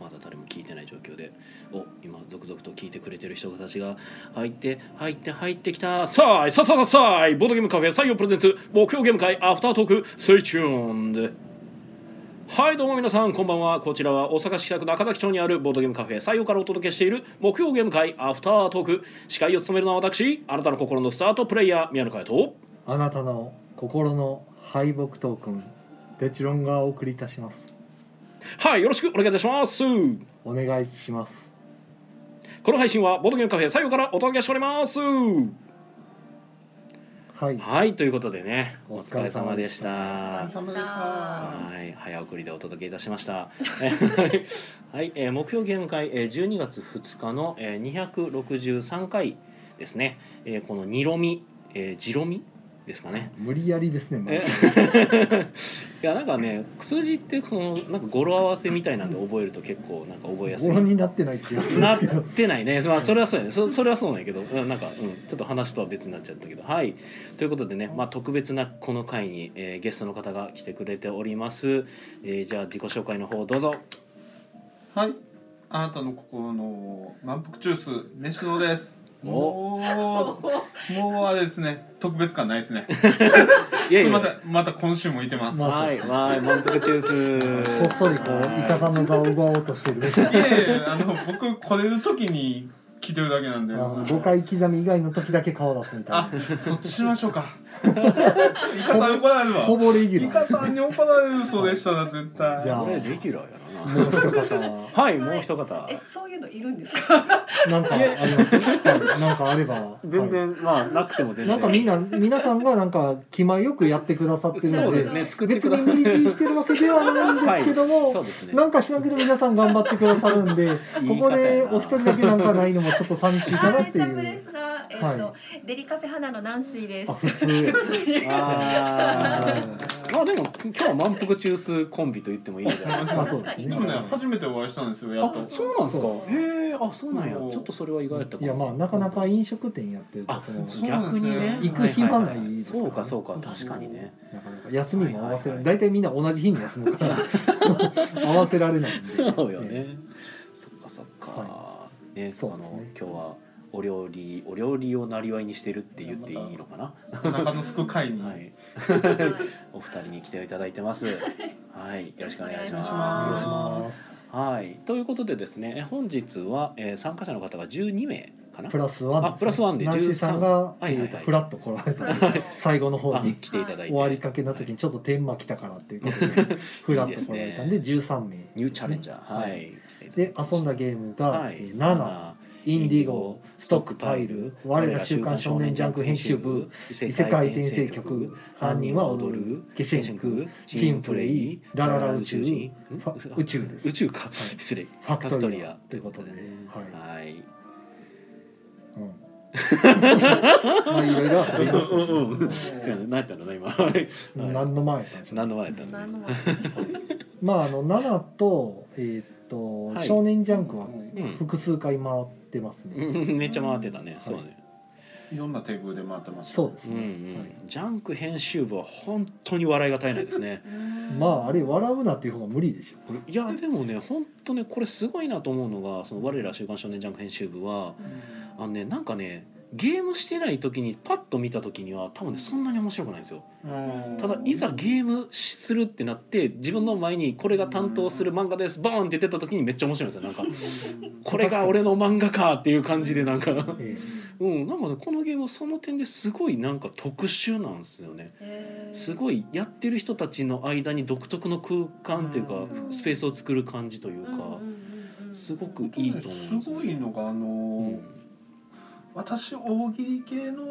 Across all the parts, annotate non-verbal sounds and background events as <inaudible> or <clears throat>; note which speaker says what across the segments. Speaker 1: だ誰も聞いてない状況でお今続々と聞いてくれてる人たちが入って入って入ってきたさあさあさあさあボードゲームカフェ採用プレゼンツ木曜ゲーム会アフタートーク Stay tuned はいどうも皆さんこんばんはこちらは大阪市北区中崎町にあるボードゲームカフェ採用からお届けしている木曜ゲーム会アフタートーク司会を務めるのは私あなたの心のスタートプレイヤー宮野佳代と
Speaker 2: あなたの心の敗北トークンデチロンがお送りいたします
Speaker 1: はいよろしくお願いいたします
Speaker 2: お願いします
Speaker 1: この配信はボードゲームカフェ採用からお届けしております
Speaker 2: はい
Speaker 1: はいということでねお
Speaker 2: お
Speaker 1: 疲
Speaker 2: 疲
Speaker 1: れ
Speaker 2: れ
Speaker 1: 様
Speaker 2: 様
Speaker 1: で
Speaker 2: で
Speaker 1: し
Speaker 2: したた
Speaker 1: はい早送りでお届けいたしましたは
Speaker 2: <laughs>
Speaker 1: い、はいえー、目標ゲーム会、えー、12月2日の、えー、263回ですね、えー、この「にろみ」えー「じろみ」ですかね
Speaker 2: 無理やりですね、まあ
Speaker 1: え <laughs> いやなんかね数字ってそのなんか語呂合わせみたいなんで覚えると結構なんか覚えやす
Speaker 2: 心
Speaker 1: い。
Speaker 2: になってない気がする
Speaker 1: なっ
Speaker 2: けど
Speaker 1: てないね、まあ、それはそうやねそそれはそうなんやけどうんなんか、うん、ちょっと話とは別になっちゃったけどはいということでね、まあ、特別なこの回に、えーゲストの方が来てくれております、えーじゃあ自己紹介の方どうぞ
Speaker 3: はい。あなたの心の満腹中枢、飯のです。
Speaker 1: お
Speaker 3: もう、もうあれですね、特別感ないですね。
Speaker 1: い
Speaker 3: すみませ
Speaker 1: ん
Speaker 3: ん、また今週もいてます。い
Speaker 2: ま
Speaker 1: はいはい満腹中枢
Speaker 2: こっそりこうイカさんの座を奪おうとしてるでしょ
Speaker 3: えいえ、あの、僕、これる時に来てるだけなんで。
Speaker 2: あの5回刻み以外の時だけ顔出すみた
Speaker 3: あ
Speaker 2: い、
Speaker 3: そっちしましょうか。イカさん怒られる
Speaker 2: な
Speaker 3: わ。
Speaker 2: ほぼレギ
Speaker 3: イ
Speaker 2: ュラ
Speaker 3: カ
Speaker 2: ー
Speaker 3: さんに怒られるそうでしたら、絶対。
Speaker 2: じゃあ
Speaker 1: これレギュラーやろ
Speaker 2: もう
Speaker 1: な
Speaker 2: 一方は
Speaker 1: はいもう一方
Speaker 4: え、そういうのいるんですか。
Speaker 2: なんかあります、はい、なんかあれば
Speaker 1: <laughs> 全
Speaker 2: は
Speaker 1: 然まあなくても
Speaker 2: い
Speaker 1: 全然
Speaker 2: なんかみんな皆さんがなんか気前よくやってくださってる
Speaker 1: そ
Speaker 2: の
Speaker 1: う
Speaker 2: で
Speaker 1: ですね作ってく
Speaker 2: 別
Speaker 1: だ
Speaker 2: に無理強いしてるわけではないんですけども、
Speaker 1: そうですね
Speaker 2: なんかしなければ皆さん頑張ってくださる
Speaker 1: <laughs>
Speaker 2: んで、ここでお一人だけなんかないのもちょっと寂しいか
Speaker 4: あ
Speaker 2: な
Speaker 4: ー、
Speaker 2: っ
Speaker 4: めって
Speaker 2: い
Speaker 4: ちゃプレッ
Speaker 2: う
Speaker 4: シ。ャー。えっ、と、
Speaker 2: は
Speaker 4: デリカフェ花のナンシーです
Speaker 2: あ、。普
Speaker 1: あ
Speaker 2: 通。あ
Speaker 1: ーまあでも今日は満腹中枢コンビと言ってもいいんじゃないですか。
Speaker 2: <laughs> あそう
Speaker 4: 確か
Speaker 2: です
Speaker 4: に。
Speaker 3: で
Speaker 2: ね
Speaker 3: もね、初めてお会いしたんですよ、やっと
Speaker 1: あ、。そうなんですか
Speaker 2: そ。
Speaker 1: へえ、あ、そうなんや。
Speaker 3: うん
Speaker 1: ちょっとそれは意外だったか
Speaker 2: い
Speaker 1: も
Speaker 2: やまあなかなか飲食店やってると
Speaker 1: あ
Speaker 2: その、
Speaker 3: そう
Speaker 1: 逆にね。
Speaker 2: 行く暇ない
Speaker 1: はは
Speaker 2: ですか
Speaker 1: そ
Speaker 2: らね
Speaker 1: うかそうか確かにね。
Speaker 2: なかなか休みも合わせ
Speaker 1: はいはいは
Speaker 2: る。
Speaker 1: い
Speaker 2: 大体みんな同じ日に休むから <laughs> 合わせられないんで。
Speaker 1: そうよね。 <laughs> そっかそっか
Speaker 2: は。
Speaker 1: ね、あ
Speaker 2: そうで
Speaker 1: の
Speaker 2: すね
Speaker 1: 今日はお料理お料理をなりわいにしてるって言っていいのかな。
Speaker 3: 中野すく会に。
Speaker 1: はい。お二人に来ていただいて
Speaker 2: <laughs>
Speaker 1: ます。はい、よろしくお願いし
Speaker 4: よろしくお
Speaker 1: ます。
Speaker 4: 願いします
Speaker 1: はい、ということでですね、え本日は、えー参加者の方が12名かな。
Speaker 2: プラスワン。
Speaker 1: あプラスワンで
Speaker 2: ナンシーさんが
Speaker 1: いはいはい
Speaker 2: えーとフラッと来られた最後の方
Speaker 1: あ
Speaker 2: に
Speaker 1: 来ていただいて。
Speaker 2: 終わりかけの時にちょっと天満来たからっていう <laughs> ことでフラッと来られたんで13名。
Speaker 1: ニューチャレンジャー。はい。
Speaker 2: で遊んだゲームが、
Speaker 1: はい、
Speaker 2: えー7インディゴストックパイル我ら週刊少年ジャンク編集部
Speaker 1: 異
Speaker 2: 異世界転生局犯人は踊る下シェンクチンプレイラララ宇宙
Speaker 1: 人
Speaker 2: ファ宇宙です
Speaker 1: 宇宙か、
Speaker 2: い
Speaker 1: 失礼フ
Speaker 2: ファクトリ
Speaker 1: ァ
Speaker 2: アということでねはい、
Speaker 1: はい、はい
Speaker 2: うん <laughs> まあいろいろありました
Speaker 1: うんうんうんそうやね何やったのね今はい
Speaker 2: 何の前やったんでしょう
Speaker 1: 何の前やった
Speaker 4: 何の
Speaker 1: の
Speaker 4: 前。
Speaker 2: まああの7とえーっと、
Speaker 1: はい
Speaker 2: 少年ジャンクは
Speaker 1: うん
Speaker 2: 複数回回ってますね、
Speaker 1: うん <laughs> めっちゃ回ってたね、そうね
Speaker 3: いろんなテーブルで回ってました。
Speaker 2: そうです
Speaker 1: うんう
Speaker 2: ね、
Speaker 1: ん
Speaker 2: はい
Speaker 1: ジャンク編集部は本当に笑いが絶えないですね
Speaker 2: まああれ笑うなっていう方が無理でしょ
Speaker 1: いやでもね本当ねこれすごいなと思うのが「その我ら週刊少年ジャンク」編集部は
Speaker 3: うん
Speaker 1: あのねなんかねゲームしてない時にパッと見た時には多分ねそんなに面白くないんですよただいざゲームしするってなって自分の前にこれが担当する漫画ですボーンって出た時にめっちゃ面白いんですよなんかこれが俺の漫画かっていう感じでなん <laughs> か
Speaker 2: え
Speaker 1: うん、なんかねこのゲームはその点ですごいなんか特殊なんですよね。す
Speaker 4: い。
Speaker 1: ごいやってる人たちの間に独特の空間というか
Speaker 4: うん
Speaker 1: スペースを作る感じという
Speaker 4: うんうん
Speaker 1: か
Speaker 4: うんうん
Speaker 1: すごくいいと思うんですすよ
Speaker 3: ごい
Speaker 1: ね。
Speaker 3: のがあの
Speaker 1: う
Speaker 3: ー
Speaker 1: ん
Speaker 3: 私大喜利系の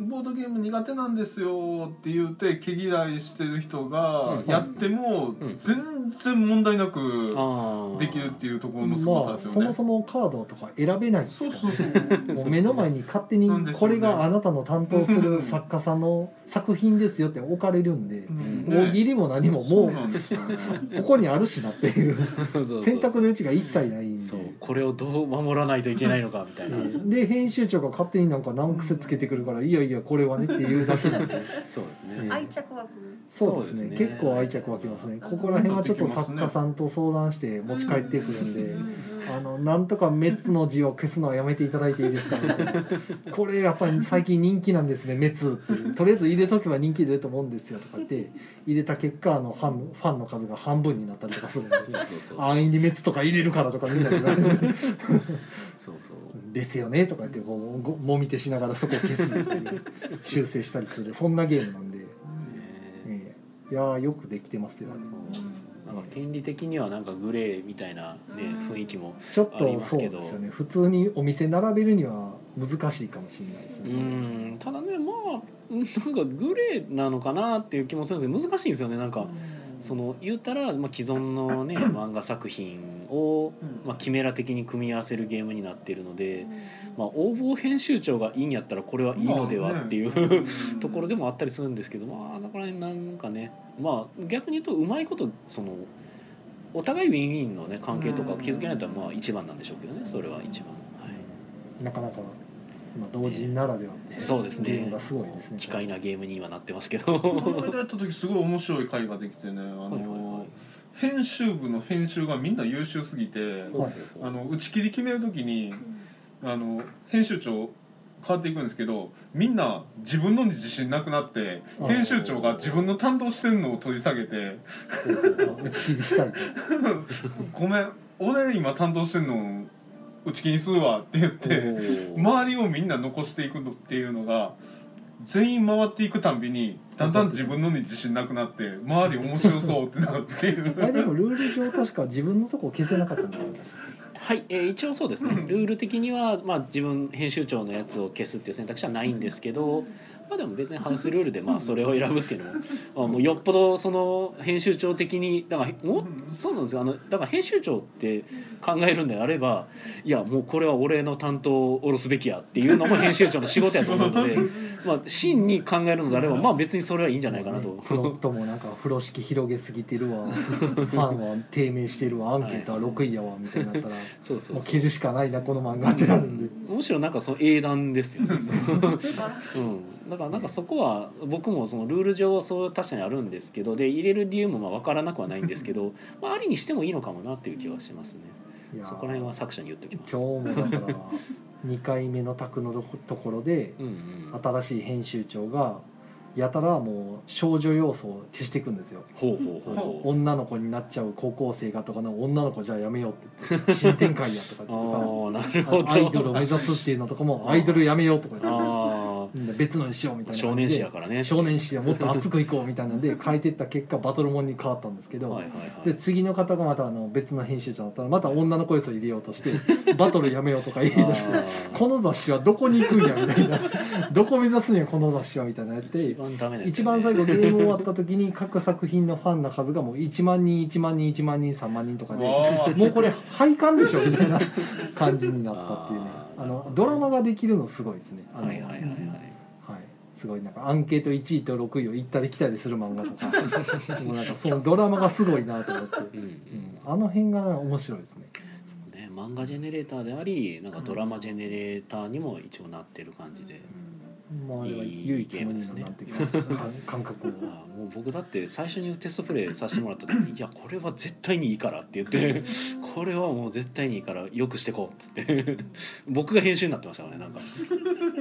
Speaker 3: ボードゲーム苦手なんですよって言って毛嫌いしてる人が
Speaker 1: うん
Speaker 3: やっても
Speaker 1: うん
Speaker 3: 全然問題なく
Speaker 1: あー
Speaker 3: できるっていうとこ
Speaker 2: え
Speaker 3: ろのすごさ
Speaker 2: まあ
Speaker 3: です
Speaker 2: そ
Speaker 3: よ
Speaker 2: も
Speaker 3: ね。
Speaker 2: そもカードとか選べないんですか
Speaker 3: そ
Speaker 2: ら
Speaker 3: う
Speaker 2: ね
Speaker 3: そうそう。
Speaker 2: もう目の前に勝手に
Speaker 3: なんでしょ
Speaker 2: こ
Speaker 3: うね
Speaker 2: れがあなたの担当する作家さんの作品ですよって置かれるんで
Speaker 3: うん
Speaker 1: ね
Speaker 2: 大喜利も何も
Speaker 3: そう
Speaker 2: も
Speaker 3: なんですよね。
Speaker 2: うここにあるしなっていう
Speaker 1: そうそうそう
Speaker 2: 選択の余地が一切ないん
Speaker 1: そう
Speaker 2: で。
Speaker 1: これをどう守らないといけないのかみたいな。
Speaker 2: で編集長が勝手になんか難癖つけてくるから「いやい次はこれはねっていうだけなんで
Speaker 1: そうですね、
Speaker 2: えー
Speaker 4: 愛着枠。
Speaker 2: そうです
Speaker 1: そう
Speaker 2: ね
Speaker 1: ですね
Speaker 2: 結構愛着湧きますねここら辺はちょっと作家さんと相談して持ち帰ってくるんで。あのなんとか滅の字を消すのはやめていただいていいですか、ね、これやっぱり最近人気なんですね滅っていうとりあえず入れとけば人気出ると思うんですよとか言って入れた結果あのファンファンの数が半分になったりとかするんで
Speaker 1: そうそうそう
Speaker 2: 安易に滅とか入れるからとかみんな言われて
Speaker 1: そうそう
Speaker 2: ですよねとか言ってこうごもみ手しながらそこを消すっていう修正したりするそんなゲームなんで、
Speaker 1: ね
Speaker 2: ええいやーよくできてますよあれ
Speaker 1: なんか権利的にはなんかグレーみたいな、ね、雰囲気も
Speaker 2: ちょっ
Speaker 1: あり
Speaker 2: と
Speaker 1: ます
Speaker 2: そう
Speaker 1: け
Speaker 2: で
Speaker 1: ど
Speaker 2: すよね普通にお店並べるには難しいかもしれないです
Speaker 1: う
Speaker 2: ね、
Speaker 1: んただねまあなんかグレーなのかなっていう気もするんですけど難しいんですよねなんかその言ったら、まあ、既存のね漫画作品を、まあ、キメラ的に組み合わせるゲームになっているので、まあ、応募編集長がいいんやったらこれはいいのではっていう、 <laughs> ところでもあったりするんですけどまあだからなんかねまあ逆に言うとうまいことそのお互いウィンウィンのね関係とかを築けないとはまあ一番なんでしょうけどねそれは一番、は
Speaker 2: なかなか、まあ、同人ならではの
Speaker 1: い、そうです
Speaker 2: ゲ
Speaker 1: ね
Speaker 2: ームがすごいですね
Speaker 1: 機械なゲームにはなってますけ
Speaker 2: <laughs>
Speaker 3: この
Speaker 1: ど
Speaker 3: 間やった時すごい面白い回ができてねあの、
Speaker 1: はいはいはい
Speaker 3: 編集部の編集がみんな優秀すぎて
Speaker 2: はい
Speaker 3: あの打ち切り決める時にあの編集長変わっていくんですけどみんな自分のに自信なくなって
Speaker 2: あー
Speaker 3: 編集長が自分の担当してるのを取り下げて <laughs>
Speaker 2: 打ち切りした
Speaker 1: <laughs>
Speaker 2: いと
Speaker 3: 「ごめん俺今担当してるの打ち切りにするわ」って言って
Speaker 1: ま
Speaker 3: 周りをみんな残していくのっていうのが全員回っていくたんびにだんだん自分のに自信なくなって周り面白そうってなるって
Speaker 1: <laughs>
Speaker 3: い
Speaker 2: あれでも
Speaker 3: う。
Speaker 2: ルール上確か自分のとこ消せなかったんじゃないですか
Speaker 1: はい、えー一応そうですね
Speaker 3: うん
Speaker 1: ルール的には、まあ、自分編集長のやつを消すっていう選択肢はないんですけど、まあ、でも別にハウスルールでまあそれを選ぶっていうのもまあもうよっぽどその編集長的にだからも
Speaker 3: うん
Speaker 1: そうなんですよあのだから編集長って考えるんであればいやもうこれは俺の担当を下ろすべきやっていうのも編集長の仕事やと思うのでまあ真に考えるのであればまあ別にそれはいいんじゃないかなと。
Speaker 2: フロットもなんか風呂敷広げすぎ
Speaker 1: <laughs>
Speaker 2: てるわファンは低迷してるわアンケートは6位やわみたいになったら
Speaker 1: そうそう
Speaker 2: もう
Speaker 1: そう
Speaker 2: 切るしかないなこの漫画ってなるんで
Speaker 1: むしろなんかその英断ですよね。
Speaker 4: 素晴らしい。
Speaker 1: うん、だからなんかそこは僕もそのルール上はそう確かにあるんですけどで入れる理由もまあ分からなくはないんですけど、まあ、ありにしてもいいのかもなっていう気はしますね
Speaker 2: いやー
Speaker 1: そこら辺は作者に言っておきます
Speaker 2: 今日もだから2回目の宅のところで
Speaker 1: うんうん
Speaker 2: 新しい編集長がやたらもう少女要素を消していくんですよ
Speaker 1: ほうほうほうほう
Speaker 2: 女の子になっちゃう高校生がとかの女の子じゃあやめようって
Speaker 1: <laughs>
Speaker 2: 言って新展開やとか言ってとか
Speaker 1: ああなる
Speaker 2: あ
Speaker 1: ほ
Speaker 2: の
Speaker 1: ど
Speaker 2: アイドルを目指すっていうのとかもアイドルやめようとか言って
Speaker 1: あ
Speaker 2: みんな別のにしようみた
Speaker 1: あ
Speaker 2: いな
Speaker 1: 少
Speaker 2: 感じで
Speaker 1: 年誌やからね
Speaker 2: 少年誌はもっと熱くいこうみたいなんで変えてった結果バトルモンに変わったんですけど、
Speaker 1: はいはいはい
Speaker 2: で次の方がまたあの別の編集者だったらまた女の声を入れようとしてバトルやめようとか言い出して
Speaker 1: あー
Speaker 2: この雑誌はどこに行くんやみたいな <laughs> どこ目指すんやこの雑誌はみたいなやっ
Speaker 1: 一
Speaker 2: て
Speaker 1: 番ダメなやつ
Speaker 2: 一番最後ゲーム終わった時に各作品のファンの数がもう1万人1万人1万人3万人とかで
Speaker 3: わあ
Speaker 2: もうこれ配管でしょみたいな <laughs> 感じになったっていうね
Speaker 1: あー
Speaker 2: あのドラマができるのすごいですねあの
Speaker 1: はいはいはいはい
Speaker 2: はいすごいなんかアンケート1位と6位を行ったり来たりする漫画とか <laughs> もうなんかそのドラマがすごいなと思って、
Speaker 1: うんう
Speaker 2: うん
Speaker 1: ん、
Speaker 2: あの辺が面白いですね
Speaker 1: ね、漫画ジェネレーターでありなんかドラマジェネレーターにも一応なってる感じで、
Speaker 2: まああれはい
Speaker 1: い
Speaker 2: 唯一
Speaker 1: ゲーム
Speaker 2: 無
Speaker 1: で
Speaker 2: 二
Speaker 1: す
Speaker 2: の
Speaker 1: ね
Speaker 2: なんていうか
Speaker 1: <laughs>
Speaker 2: 感感覚を
Speaker 1: あもう僕だって最初にテストプレイさせてもらった時 <laughs> に「いやこれは絶対にいいから」って言って「これはもう絶対にいいからよくしてこう」っつって <laughs> 僕が編集になってましたからねなんか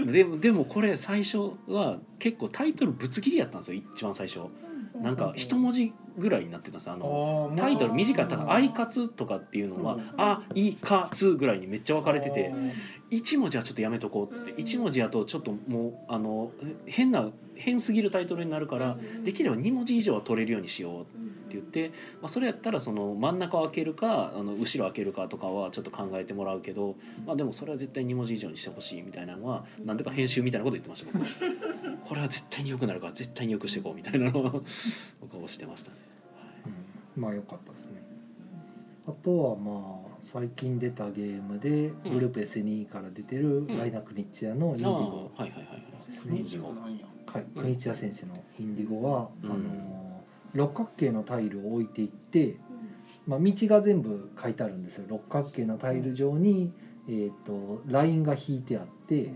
Speaker 1: でもでもこれ最初は結構タイトルぶつ切りやったんですよ一番最初なんか一文字ぐらいになってたんですよあのタイトル短いだから「アイカツ」とかっていうのは「あいかつ」ぐらいにめっちゃ分かれてて1文字はちょっとやめとこうっつって1文字やとちょっともうあの変な変すぎるタイトルになるからできれば2文字以上は取れるようにしようって言って、まあ、それやったらその真ん中を開けるかあの後ろ開けるかとかはちょっと考えてもらうけど、まあ、でもそれは絶対2文字以上にしてほしいみたいなのはなんでか編集みたいなこと言ってました僕これは絶対に良くなるから絶対に良くしていこうみたいなのを僕は推してましたね。
Speaker 2: うんまあ良かったですねあとはまあ最近出たゲームで
Speaker 1: うん
Speaker 2: グルペセニーから出てるライナ・クニッチアのインディ
Speaker 1: ああ
Speaker 2: ゴ
Speaker 1: はいはいはい
Speaker 2: ね
Speaker 1: インディゴ
Speaker 2: はい、
Speaker 1: うん
Speaker 2: 国津谷先生のインディゴは、
Speaker 1: うん
Speaker 2: あの六角形のタイルを置いていって、まあ、道が全部書いてあるんですよ六角形のタイル上に、えー、とラインが引いてあって、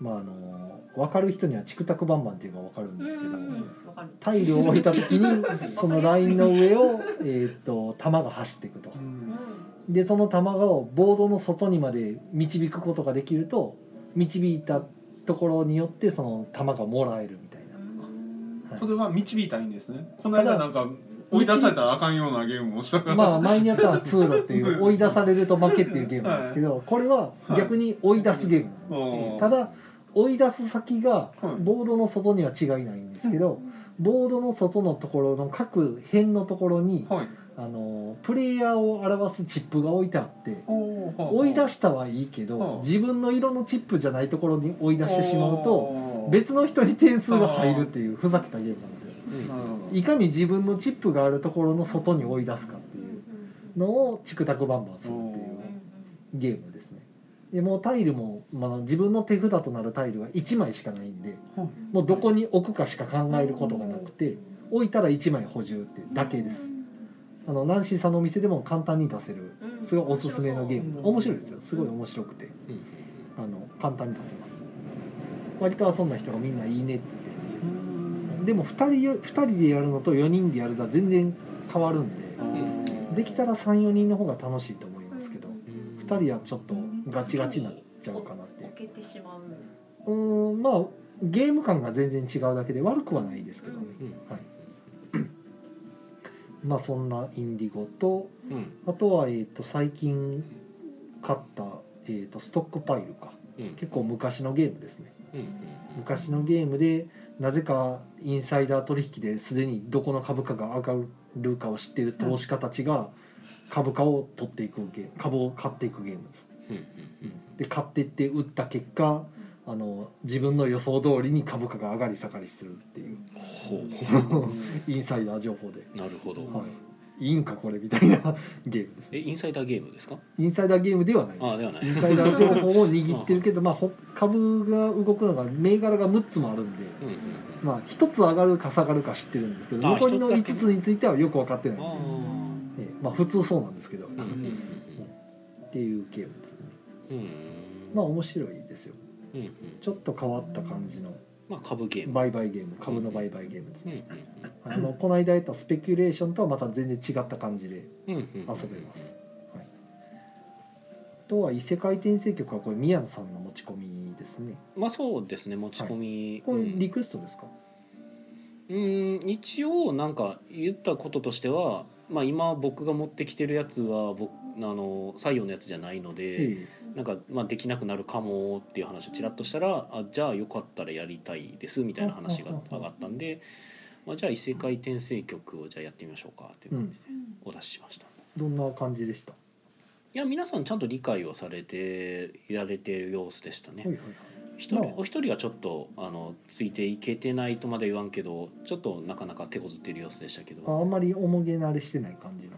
Speaker 2: まあ、あの分かる人にはチクタクバンバンっていうのが分かるんですけど、
Speaker 4: うんわかる。
Speaker 2: タイルを置いた時
Speaker 1: <laughs>
Speaker 2: にそのラインの上を、えー、と弾が走っていくと
Speaker 3: う
Speaker 4: うんん
Speaker 2: でその弾をボードの外にまで導くことができると導いたところによってその弾がもらえるみたいな
Speaker 4: うん
Speaker 2: はい
Speaker 3: これは導いたらいいんですねこの間なんか追い出されたらあかんようなゲームをしたから、
Speaker 2: まあ前にやったのは通路ってい
Speaker 3: 通路
Speaker 2: う追い出されると負けっていうゲームなんですけど、これは逆に追い出すゲームなんで
Speaker 3: うん
Speaker 2: すただ追い出す先が
Speaker 3: はい
Speaker 2: ボードの外には違いないんですけど、ボードの外のところの各辺のところに
Speaker 3: はい
Speaker 2: あのプレイヤーを表すチップが置いてあって
Speaker 3: おーはあ
Speaker 2: 追い出したはいいけ
Speaker 3: は
Speaker 2: ど
Speaker 3: あ
Speaker 2: 自分の色のチップじゃないところに追い出してしまうと
Speaker 3: おー
Speaker 2: 別の人に点数が入るっていうふざけたゲームなんですよ。
Speaker 3: なるほど
Speaker 2: いかに自分のチップがあるところの外に追い出すかっていうのをチクタクバンバンするっていうゲームですねでもうタイルも、まあ、自分の手札となるタイルは1枚しかないんでもうどこに置くかしか考えることがなくて置いたら1枚補充ってだけですあのナンシーさんのお店でも簡単に出せる
Speaker 4: うん
Speaker 2: すごいおすすめのゲーム面白いですよすごい面白くて
Speaker 1: うん
Speaker 2: あの簡単に出せます割と遊んだ人がみんないいねって言って
Speaker 3: うん
Speaker 2: でも2人よ二人でやるのと4人でやるのは全然変わるんでできたら34人の方が楽しいと思いますけど
Speaker 1: うん
Speaker 2: 2人はちょっとガチガチになっちゃうかなっていう
Speaker 4: 置けてしま
Speaker 2: う
Speaker 4: う。
Speaker 2: ーんまあゲーム感が全然違うだけで悪くはないですけどね、
Speaker 1: うん
Speaker 2: はい、まあそんなインディゴと
Speaker 1: うん
Speaker 2: あとは、えー、と最近買った、えー、とストックパイルか
Speaker 1: うん
Speaker 2: 結構昔のゲームですね
Speaker 1: うんうん
Speaker 2: 昔のゲームでなぜかインサイダー取引ですでにどこの株価が上がるかを知っている投資家たちが株価を取っていくゲーム株を買っていくゲームです
Speaker 1: うん
Speaker 2: で買っていって売った結果あの自分の予想通りに株価が上がり下がりするっていう
Speaker 1: うんほ
Speaker 2: インサイダー情報で、
Speaker 1: うなるほど
Speaker 2: はい、いいんかこれみたいなゲームです
Speaker 1: えインサイダーゲームですか
Speaker 2: インサイダーゲームではないです
Speaker 1: あではない
Speaker 2: インサイダー情報を握ってるけど、まあ、ほ株が動くのが銘柄が6つもあるんで、
Speaker 1: うんうんうん
Speaker 2: まあ、1つ上がるか下がるか知ってるんですけど
Speaker 1: あ
Speaker 2: 残りの
Speaker 1: 一つだ
Speaker 2: 5
Speaker 1: け
Speaker 2: つについてはよく分かってないん
Speaker 1: あ
Speaker 2: で、
Speaker 1: あ
Speaker 2: ええまあ、普通そうなんですけど、
Speaker 1: うんうん
Speaker 2: っていうゲームですね
Speaker 1: うんうん
Speaker 2: まあ面白いですよ
Speaker 1: うんうん
Speaker 2: ちょっと変わった感じの
Speaker 1: まあ株ゲーム
Speaker 2: 売買ゲーム株の売買ゲームです
Speaker 1: うん
Speaker 2: ね、
Speaker 1: うん
Speaker 2: あのこの間やったスペキュレーションとはまた全然違った感じで
Speaker 1: うんうんうん
Speaker 2: 遊べます。はい、あとは異世界転生曲はこれ宮野さんの持ち込みですね。
Speaker 1: まあそうですね持ち込み
Speaker 2: こ
Speaker 1: う
Speaker 2: れ
Speaker 1: ん
Speaker 2: リクエストですか？
Speaker 1: うん一応なんか言ったこととしては、まあ、今僕が持ってきてるやつは僕あの採用のやつじゃないので、
Speaker 2: え
Speaker 1: なんか、まあ、できなくなるかもっていう話をちらっとしたらあじゃあよかったらやりたいですみたいな話が上がったんで、まあ、じゃあ異世界転生曲をじゃあやってみましょうかっていう
Speaker 2: え。う
Speaker 1: のを
Speaker 2: ん。
Speaker 1: お出ししました。
Speaker 2: どんな感じでした？はい
Speaker 1: や皆さんちゃんと理解をされてやれている様子でしたね
Speaker 2: い。はいはい。
Speaker 1: 一
Speaker 2: まあ
Speaker 1: 人お一人はちょっとあのついていけてないとまでは言わんけどちょっとなかなか手こずっている様子でしたけど
Speaker 2: ああんまり重げ慣れしてない感じの。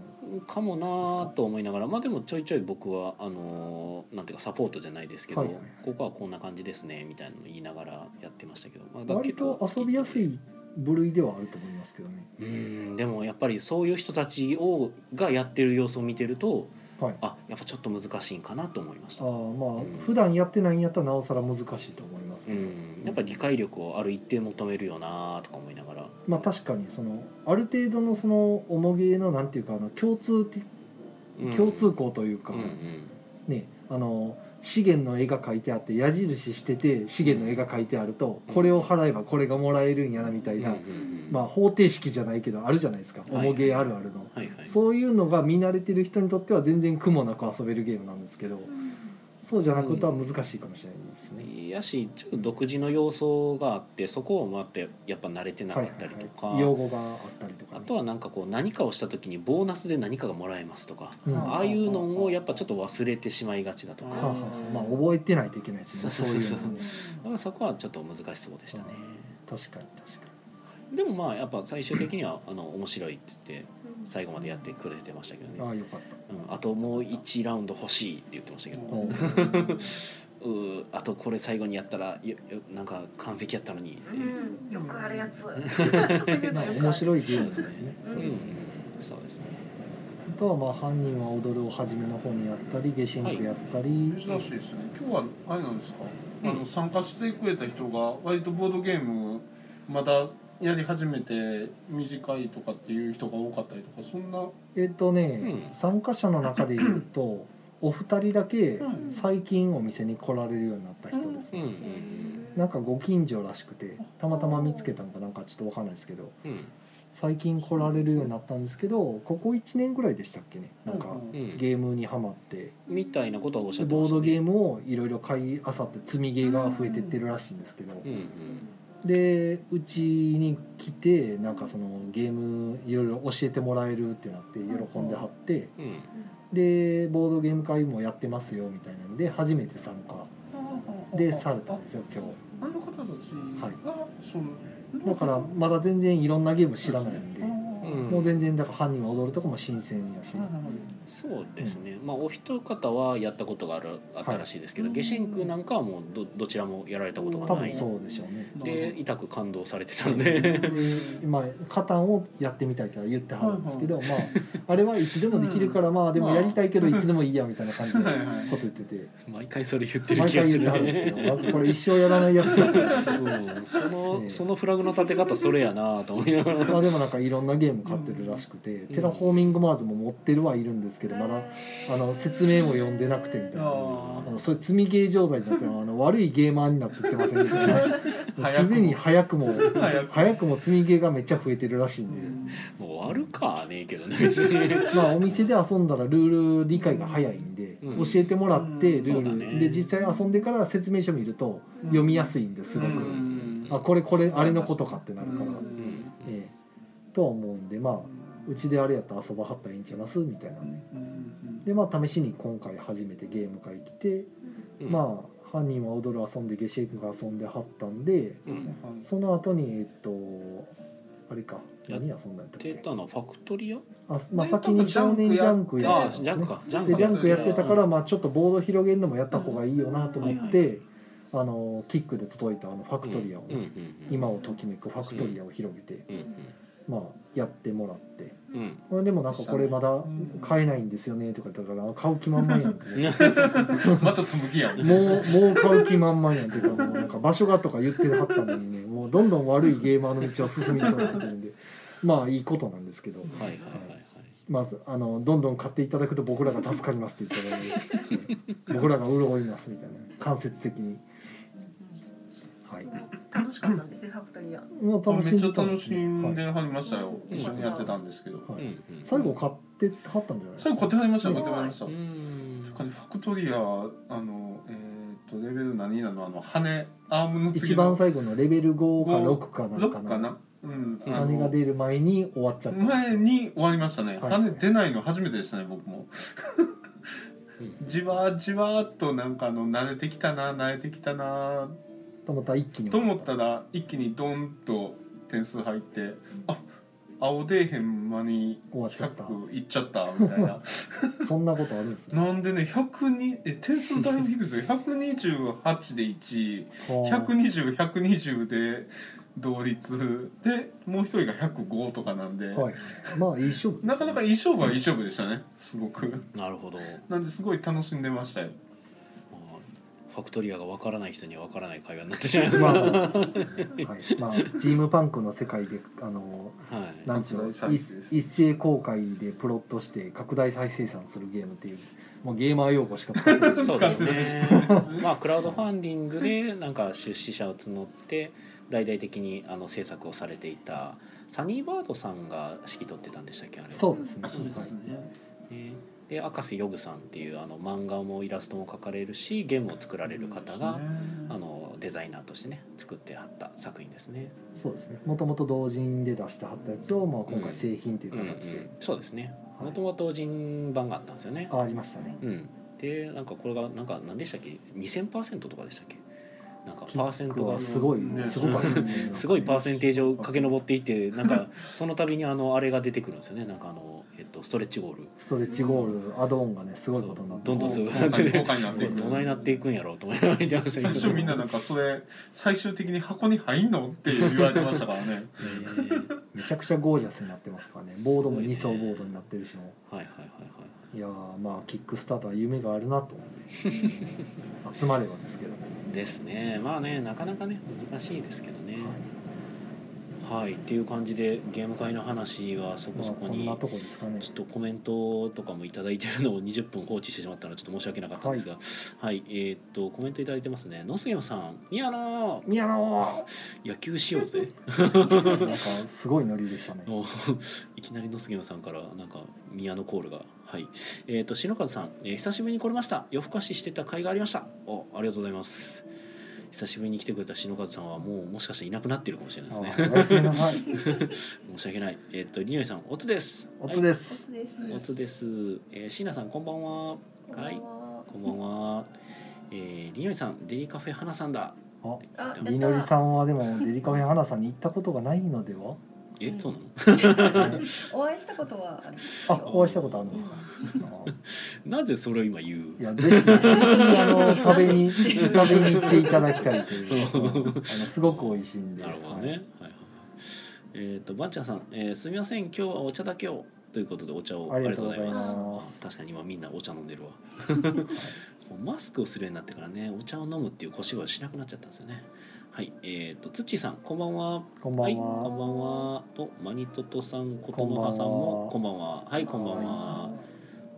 Speaker 1: かもなーと思いながらまあでもちょいちょい僕はあのーなんていうかサポートじゃないですけど、
Speaker 2: はいはい
Speaker 1: ここはこんな感じですねみたいなの言いながらやってましたけど、まあ、
Speaker 2: 割と遊びやすい部類ではあると思いますけどね。
Speaker 1: うんでもやっぱりそういう人たちをがやってる様子を見てると
Speaker 2: はい。あ
Speaker 1: あやっぱちょっと難しいんかなと思いまし
Speaker 2: あ
Speaker 1: た。
Speaker 2: まあ
Speaker 1: うん
Speaker 2: 普段やってないんやったらなおさら難しいと思います
Speaker 1: う
Speaker 2: けど。
Speaker 1: ん、やっぱり理解力をある一定求めるよなーとか思いながら、
Speaker 2: まあ確かにそのある程度のその重げのなんていうかあの共通的
Speaker 1: うん
Speaker 2: 共通項というか。
Speaker 1: うんうん
Speaker 2: ね、あの資源の絵が描いてあって矢印してて資源の絵が描いてあるとこれを払えばこれがもらえるんやなみたいな、
Speaker 1: うんうんうん
Speaker 2: まあ、方程式じゃないけどあるじゃないですか
Speaker 1: はい
Speaker 2: 重げあるあるの、
Speaker 1: はいはい、
Speaker 2: そういうのが見慣れてる人にとっては全然苦もなく遊べるゲームなんですけどそうじゃなくとは難しいかもしれないですね。
Speaker 1: やしちょっと独自の要素があってそこをまってやっぱ慣れてなかったりとか、
Speaker 2: はいはいはい用語があったりとかね、
Speaker 1: あとはなんかこう何かをした時にボーナスで何かがもらえますとか、
Speaker 2: うん
Speaker 1: ああいうのをやっぱちょっと忘れてしまいがちだとか、
Speaker 4: は
Speaker 2: はあはあまあ覚えてないといけないですね
Speaker 1: そ
Speaker 2: そうう
Speaker 1: そう
Speaker 2: い
Speaker 1: そうう
Speaker 2: のね
Speaker 1: だからそこはちょっと難しそうでしたね。
Speaker 2: 確かに確か
Speaker 1: でもまあやっぱ最終的にはあの面白いって言って最後までやってくれてましたけどね、
Speaker 2: にああよかっ
Speaker 1: うん、あともう1ラウンド欲しいって言ってましたけど、
Speaker 2: た、おう
Speaker 1: うーあとこれ最後にやったらよよなんか完璧やったのにって
Speaker 4: う
Speaker 1: いう、
Speaker 4: んよくあるやつ。
Speaker 2: まあ面
Speaker 4: い。
Speaker 2: 白いゲームですね
Speaker 4: う
Speaker 1: うんんうんそうですね
Speaker 2: あとはまあ犯人は踊るを初めの方にやったり下神句やったり、
Speaker 3: 珍しいですね今日はあれなんですか、
Speaker 1: うん
Speaker 3: あの参加してくれた人が割とボードゲームまだやり始めて短いとかっていう人が多かったりとかそんな
Speaker 2: えっと
Speaker 1: う
Speaker 2: ね、
Speaker 1: ん
Speaker 2: 参加者の中で言うとお二人だけ
Speaker 3: うん
Speaker 2: 最近お店に来られるようになった人です
Speaker 1: う
Speaker 2: ね、
Speaker 1: ん
Speaker 2: なんかご近所らしくてたまたま見つけたんかなんかちょっとわかんないですけど
Speaker 1: うん
Speaker 2: 最近来られるようになったんですけどここ1年ぐらいでしたっけねなんか
Speaker 1: うんうん
Speaker 2: ゲームにはまって
Speaker 1: みたいなことはおっしゃ
Speaker 2: で
Speaker 1: ってま
Speaker 2: ボー
Speaker 1: したね
Speaker 2: ドゲームをいろいろ買いあさって積みゲーが増えてってるらしいんですけど、
Speaker 1: うんうん
Speaker 2: でうちに来てなんかそのゲームいろいろ教えてもらえるってなって喜んではって
Speaker 1: うん
Speaker 2: でボードゲーム会もやってますよみたいなんで初めて参加でされたんですよ今
Speaker 3: あの方たちが、その
Speaker 2: 日だからまだ全然いろんなゲーム知らないんで
Speaker 1: うん
Speaker 2: もう全然だから犯人は踊るとこも新鮮やし
Speaker 1: そうですね、まあお一方はやったことがあるあったらしいですけど、
Speaker 4: はい
Speaker 1: 下神宮なんかはもうどどちらもやられたこと
Speaker 2: 多
Speaker 1: がな
Speaker 2: 分
Speaker 1: い
Speaker 2: そうでしょうね
Speaker 1: で痛く感動されてたので
Speaker 2: まあカタンをやってみたいとは言ってはるんですけど、まああれはいつでもできるから、まあでもやりたいけどいつでもいいやみたいな感じの
Speaker 3: はいはい
Speaker 2: こと言ってて。
Speaker 1: 毎回それ言ってる
Speaker 2: 毎
Speaker 1: 気が
Speaker 2: 回
Speaker 1: す
Speaker 2: 言って
Speaker 1: る
Speaker 2: はるん
Speaker 1: ね
Speaker 2: ですけど、これ一生やらないやつじゃん。 <laughs>
Speaker 1: うんその、
Speaker 2: ええ
Speaker 1: そのフラグの立て方それやなと思いながら
Speaker 2: まあでもなんかいろんなゲーム買ってるらしくて、
Speaker 1: ん
Speaker 2: テラフォーミングマーズも持ってるはいるんですけど、まだあの説明も読んでなくてみたいな。
Speaker 3: あ
Speaker 2: あのそれ積みゲー状態になってるのはあの悪いゲーマーになってってませんみたいなもう
Speaker 3: 早く
Speaker 2: す
Speaker 3: も
Speaker 2: でに早くも
Speaker 3: 早くも
Speaker 2: 早くも積みゲーがめっちゃ増えてるらしいんで、
Speaker 1: もう悪かはねえけどね別に
Speaker 2: まあお店で遊んだらルール理解が早いんで、
Speaker 1: うん
Speaker 2: 教えてもらってル
Speaker 1: そうだ
Speaker 2: ール、
Speaker 1: ね
Speaker 2: で実際遊んでから説明書見ると読みやすいんですすごく、
Speaker 1: うん
Speaker 2: あこれこれあれのことかってなるから、
Speaker 1: うん
Speaker 2: ええとは思うんでまあうちであれやったら遊ばはったらいいんちゃいますみたいなねでまあ試しに今回初めてゲーム会来て、
Speaker 1: うん
Speaker 2: まあ犯人は踊る遊んでゲシェイクが遊んではったんで
Speaker 1: うん
Speaker 2: その後にえっとあれか
Speaker 1: やっ
Speaker 2: 何遊んだんだっ
Speaker 1: 出
Speaker 2: け
Speaker 1: たのファクトリア
Speaker 2: あ、まあ、先に少年ジャンク
Speaker 3: で
Speaker 2: や
Speaker 1: あ
Speaker 2: ってた
Speaker 1: ジ
Speaker 2: んで
Speaker 1: ャン
Speaker 2: す
Speaker 1: ク
Speaker 2: ね
Speaker 1: かジャンク
Speaker 2: でジャンクや
Speaker 1: ファ
Speaker 2: って
Speaker 1: クト
Speaker 2: た
Speaker 1: リア
Speaker 2: からまあちょっとボード広げるのもやった方がいいよなと思っ
Speaker 1: はいは
Speaker 2: てあのキックで届いたあのファクトリアを
Speaker 1: うんうんうん
Speaker 2: 今をときめくファクトリアを広げて
Speaker 1: うん
Speaker 2: まあやってもらって
Speaker 1: うんうん
Speaker 2: まあでもなんかこれまだ
Speaker 3: ん
Speaker 2: 買えないんですよねとか言ったから買う気満々やんってね
Speaker 3: またつむぎやん
Speaker 2: もうもう買う気満々やんっていうかもうなんか場所がとか言ってはったのにねもうどんどん悪いゲーマーの道を進みそうになってるんでまあいいことなんですけど
Speaker 1: はいはいはいはい
Speaker 2: まずあのどんどん買っていただくと僕らが助かりますって言ったので僕らが潤いますみたいな間接的にはい
Speaker 4: 楽しかったんですね、ファクトリア。
Speaker 2: もう
Speaker 3: めっ
Speaker 2: 楽しん
Speaker 3: ち
Speaker 2: で
Speaker 3: ゃ
Speaker 2: たん
Speaker 3: 楽
Speaker 2: です
Speaker 3: し
Speaker 2: ね
Speaker 3: んで
Speaker 2: はい
Speaker 3: はりましたよ一緒にやってたんですけど
Speaker 2: はい
Speaker 1: うんうん
Speaker 2: 最後買ってはったんじゃない
Speaker 3: 最後買ってはりました買ってはりました
Speaker 1: う
Speaker 3: て
Speaker 1: ん
Speaker 3: かねファクトリアあのえっとレベル何なのあの羽アームの
Speaker 2: 一
Speaker 3: 次
Speaker 2: 番
Speaker 3: の
Speaker 2: 最後のレベル5か6かなんか
Speaker 3: 6
Speaker 2: な
Speaker 3: かなうん
Speaker 2: あれが出る前に終わっちゃった
Speaker 3: 前に終わりましたね、
Speaker 2: はい
Speaker 3: 羽出ないの初めてでしたね僕も
Speaker 1: うん
Speaker 3: じわじわっとなんかあの慣れてきたな慣れてきたな
Speaker 2: と思ったら一気に
Speaker 3: と
Speaker 2: 終わ
Speaker 3: 思ったら一気にドンと点数入ってあ青出えへん間に
Speaker 2: 終わっちゃった
Speaker 3: 100いっちゃったみたい
Speaker 2: <laughs>
Speaker 3: な
Speaker 2: そんなことあるんですね
Speaker 3: なんでね100にえ点数だいぶ低いですよ128で1位
Speaker 2: は
Speaker 3: 120120で同率でもう一人が105とかなんで、
Speaker 2: あはいまあいい勝負ですね
Speaker 3: なかなかいい勝負はいい勝負でしたねすごく。
Speaker 1: なるほどま
Speaker 3: なんですごい楽しんでましたよ。
Speaker 1: あファクトリアがわからない人にはわからない会話になってしまいます
Speaker 2: ま
Speaker 1: が
Speaker 2: あ
Speaker 1: は
Speaker 2: まあまあはいまあスチームパンクの世界であの
Speaker 1: い
Speaker 2: なんていうの
Speaker 3: 拡大再生です
Speaker 2: 一一斉公開でプロットして拡大再生産するゲームっていうもうゲーマー用語しか使ってない
Speaker 1: そうですね
Speaker 3: 使ってない。
Speaker 1: まあクラウドファンディングでなんか出資者を募って大々的にあの制作をされていたサニーバードさんが指揮取ってたんでしたっけあれは
Speaker 2: そうですね
Speaker 3: そうですね。
Speaker 1: ねで赤瀬ヨグさんっていうあの漫画もイラストも描かれるしゲームを作られる方が、あのデザイナーとしてね作ってはった作品ですね。
Speaker 2: はいそうですねもともと同人で出してはったやつを、まあ、今回製品っていう
Speaker 1: うんう
Speaker 2: 形で、
Speaker 1: ん、そうですね
Speaker 2: はい
Speaker 1: もともと人版があったんですよね。
Speaker 2: あありましたね
Speaker 1: うん、でなんかこれがなんか何でしたっけ2000%とかでしたっけなんかパーセントが
Speaker 2: はすごい、
Speaker 3: ね
Speaker 2: すごかったです
Speaker 1: <laughs>
Speaker 2: ね
Speaker 1: すごいパーセンテージを駆け上っていってなんかその度にあのあれが出てくるんですよねなんかあの、えっと、ストレッチゴール
Speaker 2: ストレッチゴールアドオンがねすごいことになって
Speaker 1: どんどんすごい
Speaker 3: 豪華に豪華になっていく
Speaker 1: どないなっていくんやろうと思いながら見てましたけ
Speaker 3: 最
Speaker 1: ど
Speaker 3: 初みんななんかそれ最終的に箱に入んのって言われてましたからね <laughs>
Speaker 1: えー
Speaker 2: めちゃくちゃゴージャスになってますからねボードも2層ボードになってるしも
Speaker 1: はいはいはいはい
Speaker 2: やーまあキックスタートは夢があるなと思
Speaker 1: <laughs>
Speaker 2: って集まればですけども、
Speaker 1: いですねまあねなかなかね難しいですけどね
Speaker 2: はい
Speaker 1: はいっていう感じでゲーム会の話はそこ
Speaker 2: まあ、
Speaker 1: そこ
Speaker 2: こん
Speaker 1: に
Speaker 2: なとこですかね
Speaker 1: ちょっとコメントとかもいただいてるのを20分放置してしまったのはちょっと申し訳なかったんですがはい、えーっとコメントいただいてますね野杉山さん「宮野
Speaker 2: 宮野
Speaker 1: 野球しようぜ」
Speaker 2: なんかすごいノリでしたね
Speaker 1: お <laughs> いきなり野杉山さんからなんか宮野コールがはいえーっと篠和さん、えー久しぶりに来れました夜更かししてた甲斐がありました」おありがとうございます久しぶりに来てくれた篠和さんはもうもしかしていなくなってるかもしれないですね
Speaker 2: あーおやすみなさい
Speaker 1: <laughs> 申し訳ないえーっとりのいさんおつです
Speaker 2: おつ
Speaker 1: はい
Speaker 2: です、
Speaker 4: おつです。
Speaker 1: おつです、えー、椎名さんこんばんは
Speaker 4: こんばんは。
Speaker 1: こんばんは。えー、りのりさん、デリカフェ花さんだ。
Speaker 4: あ、
Speaker 1: はい
Speaker 2: みのりさんはでもデリカフェ花さんに行ったことがないの
Speaker 1: <laughs>
Speaker 2: では
Speaker 1: え、そうなの。
Speaker 4: お会いしたことはある。
Speaker 2: あお会いしたことあるんですか
Speaker 1: なぜそれを今言。
Speaker 2: いうやぜひあの
Speaker 1: <laughs>
Speaker 2: 食べに食べに行っていただきたいというあのすごく美味しいんで
Speaker 1: なるほど
Speaker 2: はい
Speaker 1: ね。はい。えっ、と、ばんちゃんさん、えー、すみません、今日はお茶だけを。ということで、お茶をあ
Speaker 2: あ
Speaker 1: り
Speaker 2: り
Speaker 1: が
Speaker 2: が
Speaker 1: と
Speaker 2: と
Speaker 1: う
Speaker 2: う
Speaker 1: ご
Speaker 2: ご
Speaker 1: ざい
Speaker 2: ざい
Speaker 1: ま
Speaker 2: ます
Speaker 1: す。あ確かに今みんなお茶飲んでる
Speaker 2: <laughs>
Speaker 1: わ。こうマスクをするようになってからね、お茶を飲むっていう小芝居をしなくなっちゃったんですよね。はい、えっ、と、つっちーさん、こんばんは。
Speaker 2: こんばん
Speaker 1: はい、こ
Speaker 2: は
Speaker 1: んばんは。と、マニトトさん、ことのはさんも、こ
Speaker 2: こ
Speaker 1: んばんは。はい、こんばんは。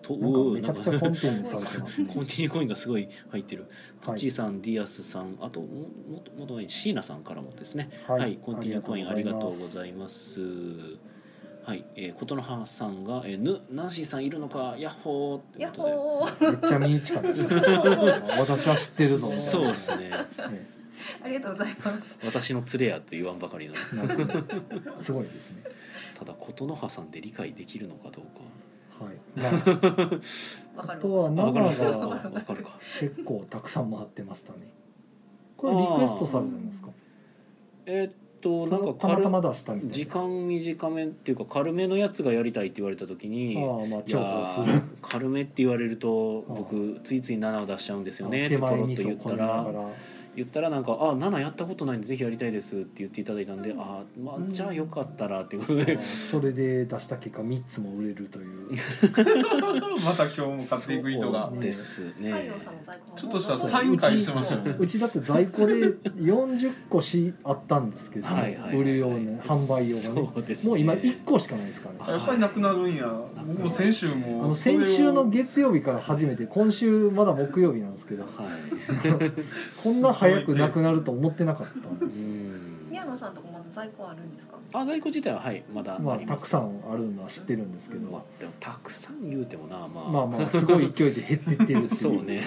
Speaker 1: と、
Speaker 2: なんか
Speaker 1: う
Speaker 2: めちゃくちゃコンテンツされてます
Speaker 1: <laughs>
Speaker 2: ね
Speaker 1: コンティニューコインがすごい入ってる
Speaker 2: はい
Speaker 1: 土井さん、ディアスさんあとももっともっと前に椎名さんからもですねはい、コンティニューコインありがとうございますはい、えー、琴ノ葉さんが、えー、ぬナンシーさんいるのかヤッホーという
Speaker 4: ヤッ
Speaker 1: ことで
Speaker 4: ホー。
Speaker 2: めっちゃ身内感でした
Speaker 1: <laughs>
Speaker 2: ね私は知ってるぞ
Speaker 1: そうですね
Speaker 2: え
Speaker 4: ありがとうございます。
Speaker 1: 私の連れやと言わんばかりの
Speaker 2: えなんかね <laughs> すごいですね
Speaker 1: ただ琴ノ葉さんで理解できるのかどうか
Speaker 2: はいまあ
Speaker 4: わか
Speaker 2: あ
Speaker 4: る。
Speaker 2: とは
Speaker 1: あわ
Speaker 2: マ
Speaker 1: かる
Speaker 2: マ
Speaker 1: わかるわ
Speaker 2: が
Speaker 1: かるわかるか
Speaker 2: 結構たくさん回ってましたねこれリクエストされたんですか
Speaker 1: えーっとなんか
Speaker 2: たま
Speaker 1: 軽
Speaker 2: たま出したみたいな
Speaker 1: 時間短めっていうか軽めのやつがやりたいって言われた時に
Speaker 2: ああまあ
Speaker 1: いや
Speaker 2: 重宝す
Speaker 1: ー
Speaker 2: る
Speaker 1: 軽めって言われると
Speaker 2: ああ
Speaker 1: 僕ついつい7を出しちゃうんですよねって
Speaker 2: 手
Speaker 1: ポロ
Speaker 2: 前
Speaker 1: ッ
Speaker 2: に
Speaker 1: と
Speaker 2: そ
Speaker 1: 言っ
Speaker 2: こ
Speaker 1: た
Speaker 2: になが
Speaker 1: ら
Speaker 2: ら
Speaker 1: 言ったらなんか「あ7やったことないんでぜひやりたいです」って言っていただいたんで「あーまあ
Speaker 2: うん
Speaker 1: じゃあよかったら」っていうことで
Speaker 2: それで出した結果3つも売れるという
Speaker 1: <laughs>
Speaker 3: また今日も買っていく人が
Speaker 1: そうです
Speaker 4: 西
Speaker 1: ね
Speaker 4: 洋さんの在庫。
Speaker 3: ちょっとしたサイン会してましたよ
Speaker 4: <laughs>
Speaker 3: ね
Speaker 2: うちだって在庫で40個しあったんですけど、
Speaker 1: はいはいはい
Speaker 2: 売るような販売用がね
Speaker 1: そうですね
Speaker 2: もう今1個しかないですからね
Speaker 3: やっぱりなくなるんや僕も先週
Speaker 2: あ
Speaker 3: も
Speaker 2: の
Speaker 3: それを
Speaker 2: 先週の月曜日から初めて今週まだ木曜日なんですけど
Speaker 1: はい
Speaker 2: こんな早くなくなると思ってなかったんで
Speaker 1: うん
Speaker 4: 宮野さんとこまだ在庫あるんですか。
Speaker 1: あ在庫自体ははいまだありま
Speaker 2: まあ
Speaker 1: す
Speaker 2: たくさんあるのは知ってるんですけ
Speaker 1: まあで
Speaker 2: ど
Speaker 1: もたくさん言うてもなまあ
Speaker 2: まあまあすごい勢いで減ってってるっていう
Speaker 1: そうね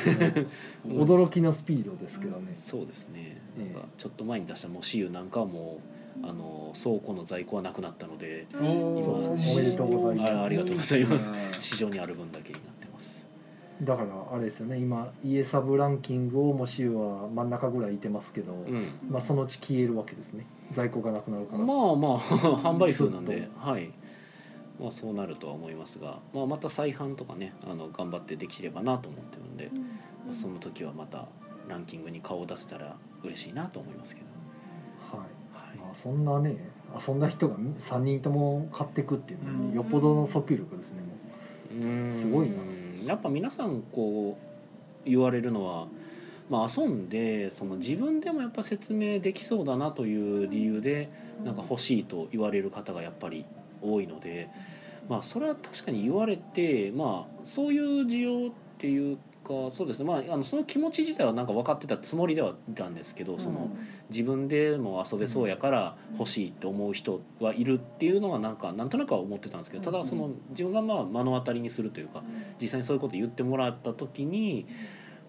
Speaker 2: うん <laughs> 驚きのスピードですけどね
Speaker 1: そうですね
Speaker 2: ええ
Speaker 1: なんかちょっと前に出した「もう私有」なんかはもうあの倉庫の在庫はなくなったので
Speaker 3: お
Speaker 1: 今
Speaker 3: ー
Speaker 2: おめでとうございます
Speaker 1: あありがとうございます
Speaker 3: うん
Speaker 1: 市場にある分だけになってます
Speaker 2: だからあれですよね今家サブランキングをもしは真ん中ぐらいいてますけど、
Speaker 1: うん
Speaker 2: まあ、そのうち消えるわけですね在庫がなくなるから、
Speaker 1: まあ <laughs> まあ販売数なん
Speaker 2: ず
Speaker 1: で
Speaker 2: っ、
Speaker 1: はいまあ、そうなるとは思いますが、まあ、また再販とかねあの頑張ってできればなと思ってるんで、まあその時はまたランキングに顔を出せたら嬉しいなと思いますけど、
Speaker 2: はい
Speaker 1: はい
Speaker 2: まあ、そんなね遊んだ人が3人とも買ってくっていうのはね、
Speaker 3: うん
Speaker 2: よっぽどの訴求力ですねも
Speaker 1: うーん
Speaker 2: すごいな
Speaker 1: やっぱ皆さんこう言われるのは、まあ、遊んでその自分でもやっぱ説明できそうだなという理由でなんか欲しいと言われる方がやっぱり多いので、まあ、それは確かに言われて、まあ、そういう需要っていうかそうですね、まあ、あのその気持ち自体はなんか分かってたつもりではいたんですけど、その自分でも遊べそうやから欲しいって思う人はいるっていうのはなんかなんとなくは思ってたんですけどただその自分がまあ目の当たりにするというか実際にそういうこと言ってもらった時に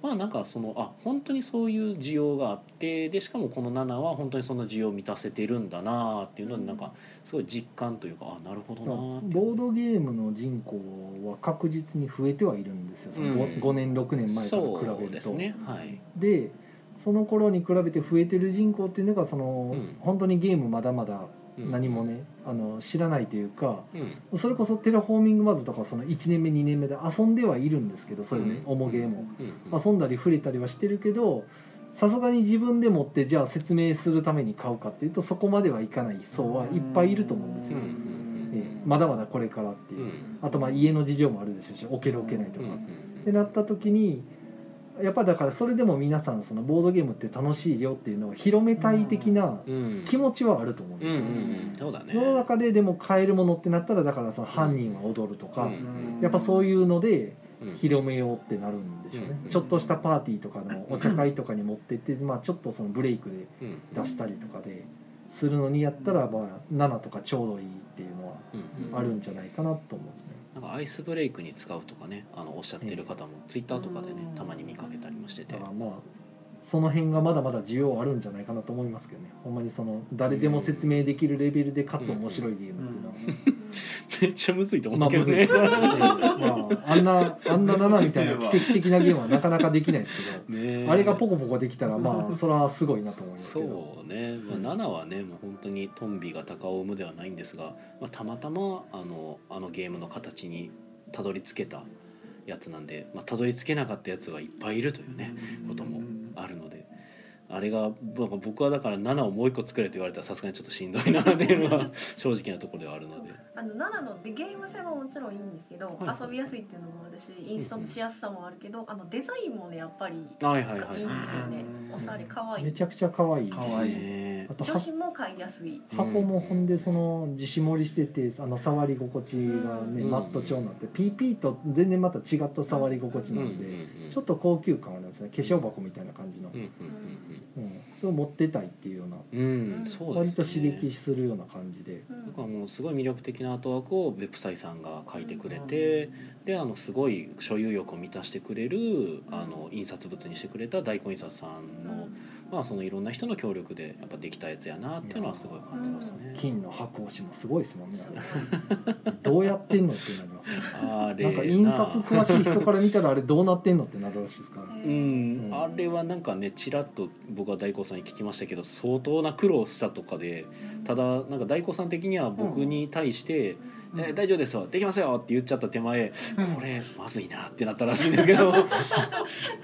Speaker 1: まあなんかそのあ本当にそういう需要があってでしかもこの7は本当にその需要を満たせてるんだなっていうのでなんかすごい実感というかあなるほど
Speaker 2: う、
Speaker 1: なっていう
Speaker 2: ボードゲームの人口は確実に増えてはいるんですよ、そ
Speaker 1: う
Speaker 2: の
Speaker 1: ん
Speaker 2: 5, 年6年前から
Speaker 1: そ
Speaker 2: 比べ
Speaker 1: う
Speaker 2: る
Speaker 1: で
Speaker 2: と
Speaker 1: すねはい
Speaker 2: でその頃に比べて増えてる人口っていうのがその、
Speaker 1: うん
Speaker 2: 本当にゲームまだまだ
Speaker 1: うん
Speaker 2: 何もね、あの知らないというか
Speaker 1: うん
Speaker 2: それこそテレフォーミングマズとかその1年目2年目で遊んではいるんですけどそれね、
Speaker 1: うん
Speaker 2: 重ゲーも、
Speaker 1: うん
Speaker 2: 遊んだり触れたりはしてるけどさすがに自分でもってじゃあ説明するために買うかっていうとそこまではいかない層はいっぱいいると思うんですよ、
Speaker 1: うん
Speaker 2: ええまだまだこれからっていうう、
Speaker 1: ん
Speaker 2: あとまあ家の事情もあるでしょうし置ける置けないとか、
Speaker 1: うん
Speaker 2: ってなった時にやっぱだからそれでも皆さんそのボードゲームって楽しいよっていうのを広めたい的な
Speaker 1: うん
Speaker 2: 気持ちはあると思うん
Speaker 1: うん
Speaker 2: で
Speaker 1: う
Speaker 2: す
Speaker 1: んうんそ
Speaker 2: よ、
Speaker 1: うだね
Speaker 2: 世の中ででも買えるものってなったらだからその犯人は踊るとか、
Speaker 1: うん
Speaker 2: やっぱそういうので
Speaker 1: うん
Speaker 2: 広めようってなるんでしょうね、
Speaker 1: うん
Speaker 2: ちょっとしたパーティーとかのお茶会とかに持ってって、まあ、ちょっとそのブレイクで
Speaker 1: うん
Speaker 2: 出したりとかでするのにやったらまあ7とかちょうどいいっていうのは
Speaker 1: うんうん
Speaker 2: あるんじゃないかなと思うんですね。
Speaker 1: なんかアイスブレイクに使うとかねあのおっしゃってる方もツイッターとかでねたまに見かけたりもしてて
Speaker 2: だからまあその辺がまだまだ需要あるんじゃないかなと思いますけどねほんまにその誰でも説明できるレベルでかつ面白いゲームっていうのは、
Speaker 1: めっちゃむずいと思
Speaker 2: ま
Speaker 1: う
Speaker 2: あ
Speaker 1: け
Speaker 2: む
Speaker 1: ど
Speaker 2: ずいで
Speaker 1: ね
Speaker 2: すけどね、まあ、あんなあんな7みたいな奇跡的なゲームはなかなかできないですけど、
Speaker 1: ね
Speaker 2: あれがポコポコできたらまあそれはすごいなと思いますけど
Speaker 1: そうね、まあ、
Speaker 2: うん
Speaker 1: 7はねもう本当にトンビが鷹を生むではないんですが、まあ、たまたまあのあのゲームの形にたどり着けたやつなんで、まあ、たどり着けなかったやつがいっぱいいるというねこともあるので。あれがまあ僕はだから7をもう一個作れと言われたらさすがにちょっとしんどいなっていうのは正直なところではあるので
Speaker 4: あの7のでゲーム性ももちろんいいんですけど、
Speaker 1: いはい
Speaker 4: 遊びやすいっていうのもあるしインストントしやすさもあるけど、あのデザインもねやっぱり
Speaker 1: はいはい
Speaker 4: なん
Speaker 1: は
Speaker 4: か
Speaker 1: い
Speaker 4: いいんですよね、
Speaker 3: うん
Speaker 4: おしゃれ可愛い
Speaker 2: めちゃくちゃ可愛いし
Speaker 3: 可愛い
Speaker 1: ね
Speaker 2: あと
Speaker 4: 女子も買いやすい
Speaker 2: 箱もほんでその自主盛りしててあの触り心地がね
Speaker 1: うん
Speaker 2: マット調になって PP と全然また違った触り心地
Speaker 1: うん
Speaker 2: な
Speaker 1: うん
Speaker 2: で、
Speaker 1: んうん
Speaker 2: ちょっと高級感あるんですね化粧箱みたいな感じの、
Speaker 1: う
Speaker 2: うん
Speaker 1: うんう
Speaker 2: それを持ってたいっていうような、
Speaker 1: んうんうんそうで
Speaker 2: 割
Speaker 1: す
Speaker 2: と
Speaker 1: ね
Speaker 2: 刺激するような感じで、
Speaker 4: うん
Speaker 1: だからもうすごい魅力的なアートワークをベプサイさんが書いてくれてであのすごい所有欲を満たしてくれるあの印刷物にしてくれた大根印刷さんの,、まあ、そのいろんな人の協力でやっぱできたやつやなっていうのはすごい感じますね。
Speaker 2: 金の箱押しもすごいですもんね
Speaker 4: すごい
Speaker 2: あれどうやってんのってなりますね
Speaker 1: あれ
Speaker 2: なんか印刷詳しい人から見たらあれどうなってんのってなるらしいですから、
Speaker 4: え
Speaker 1: う
Speaker 4: ー
Speaker 1: ん、
Speaker 2: うん
Speaker 1: あれはなんかねちらっと僕は大光さんに聞きましたけど相当な苦労したとかでただなんか大光さん的には僕に対して「えー大丈夫ですよできますよ」って言っちゃった手前これまずいなってなったらしいんですけど。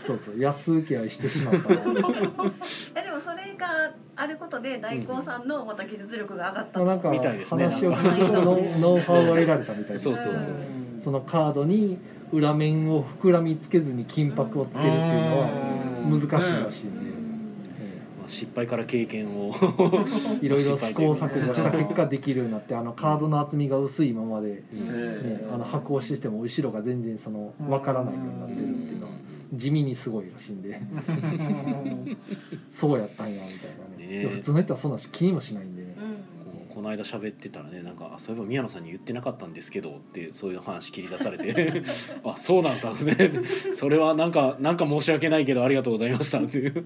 Speaker 2: そうそう安請け合いしてしまったら
Speaker 4: <laughs>
Speaker 1: <laughs>
Speaker 4: えでもそれがあることで大光さんのまた技術力が上がった
Speaker 2: まあなんか
Speaker 1: みたいですね
Speaker 2: 話を聞くとノウノウハウが得られたみたいな
Speaker 1: そうそうそう
Speaker 4: うん
Speaker 2: そのカードに裏面を膨らみつけずに金箔をつけるっていうのは難しいらしいんで、え
Speaker 1: まあ、失敗から経験 <laughs> を
Speaker 2: えいろいろ試行錯誤した結果できるようになってあのカードの厚みが薄いままで、
Speaker 1: う
Speaker 2: ね
Speaker 1: ん
Speaker 2: あの箱押ししても後ろが全然そのわからないようになってるっていうのは地味にすごいらしいんでそうやったんやみた
Speaker 1: ね
Speaker 2: いなね
Speaker 1: え
Speaker 2: いや普通の人はそんなし気にもしないんでね
Speaker 4: う、ん
Speaker 1: ここの間喋ってたらねなんかあ「そういえば宮野さんに言ってなかったんですけど」ってそういう話切り出され <laughs> て「あそうだったんですね」それはなんかなんか申し訳ないけどありがとうございました」っていう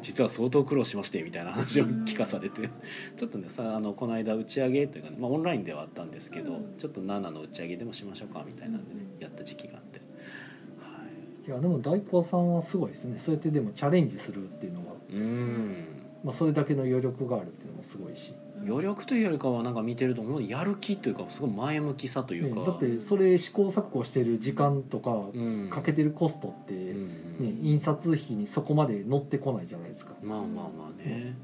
Speaker 1: 実は相当苦労しましてみたいな話を聞かされてちょっとねさあのこの間打ち上げというかね、まあ、オンラインではあったんですけど
Speaker 4: うん
Speaker 1: ちょっと7の打ち上げでもしましょうかみたいなんでねやった時期があって。はい
Speaker 2: いやでも大工さんはすごいですねそうやってでもチャレンジするっていうのが、
Speaker 1: うん
Speaker 2: まあ、それだけの余力があるっていうのもすごいし、
Speaker 1: 余力というよりかはなんか見てるともうやる気というかすごい前向きさというか、
Speaker 2: ねだってそれ試行錯誤してる時間とか
Speaker 1: うん、
Speaker 2: かけてるコストって、
Speaker 1: う
Speaker 2: ね、
Speaker 1: ん
Speaker 2: 印刷費にそこまで乗ってこないじゃないですか。
Speaker 1: まあまあまあね、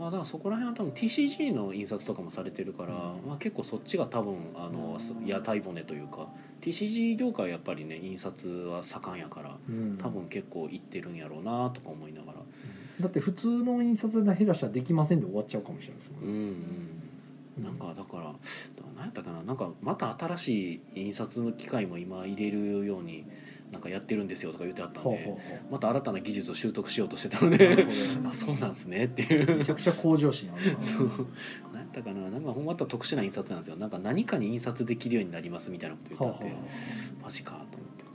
Speaker 1: まあだからそこら辺は多分 TCG の印刷とかもされてるから、まあ、結構そっちが多分あの屋台骨というか TCG 業界はやっぱりね印刷は盛んやから
Speaker 2: うん
Speaker 1: 多分結構いってるんやろうなとか思いながら
Speaker 2: だって普通の印刷で下手したらできませんで終わっちゃうかもしれないですもん
Speaker 1: う
Speaker 2: ね
Speaker 1: んうんなんかだから何やったかななんかまた新しい印刷の機械も今入れるようになんかやってるんですよとか言ってあったんで、
Speaker 2: ほうほう
Speaker 1: また新たな技術を習得しようとしてたの
Speaker 2: ほう
Speaker 1: で
Speaker 2: こ
Speaker 1: あそうなんすねっていう
Speaker 2: れめちゃくちゃ向上心あるな
Speaker 1: そう何やったかななんかほんまた特殊な印刷なんですよなんか何かに印刷できるようになりますみたいなこと言ってあ
Speaker 2: は
Speaker 1: っ
Speaker 2: あ
Speaker 1: て
Speaker 2: は
Speaker 1: マジかと思って、
Speaker 2: あ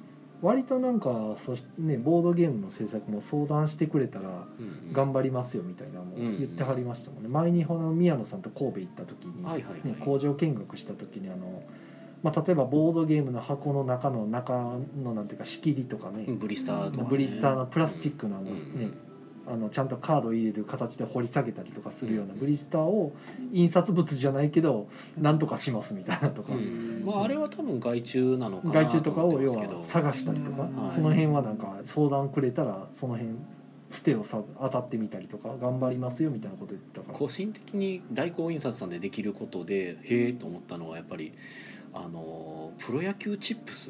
Speaker 2: 割となんかそし、ね、ボードゲームの制作も相談してくれたら
Speaker 1: うんうん
Speaker 2: 頑張りますよみたいなのも
Speaker 1: うん
Speaker 2: 言ってはりましたもんね前にほの宮野さんと神戸行った時に、
Speaker 1: はいはいはい、
Speaker 2: ね、工場見学した時にあの、まあ、例えばボードゲームの箱の中の中のなんていうか仕切りとかね、
Speaker 1: うんブリスターとかね、
Speaker 2: ブリスターのプラスチックのあの
Speaker 1: うん
Speaker 2: ね、あのちゃんとカード入れる形で掘り下げたりとかするようなブリスターを印刷物じゃないけどなんとかしますみたいなとか、
Speaker 1: うんまあ、あれは多分外注なのかな
Speaker 2: 外注とかを
Speaker 1: 思っ
Speaker 2: 要
Speaker 1: てますけど
Speaker 2: は探したりとか、
Speaker 1: はい
Speaker 2: その辺はなんか相談くれたらその辺つてをさ当たってみたりとか頑張りますよみたいなこと言ってたから
Speaker 1: 個人的に大行印刷さんでできることでへえと思ったのはやっぱりあのプロ野球チップス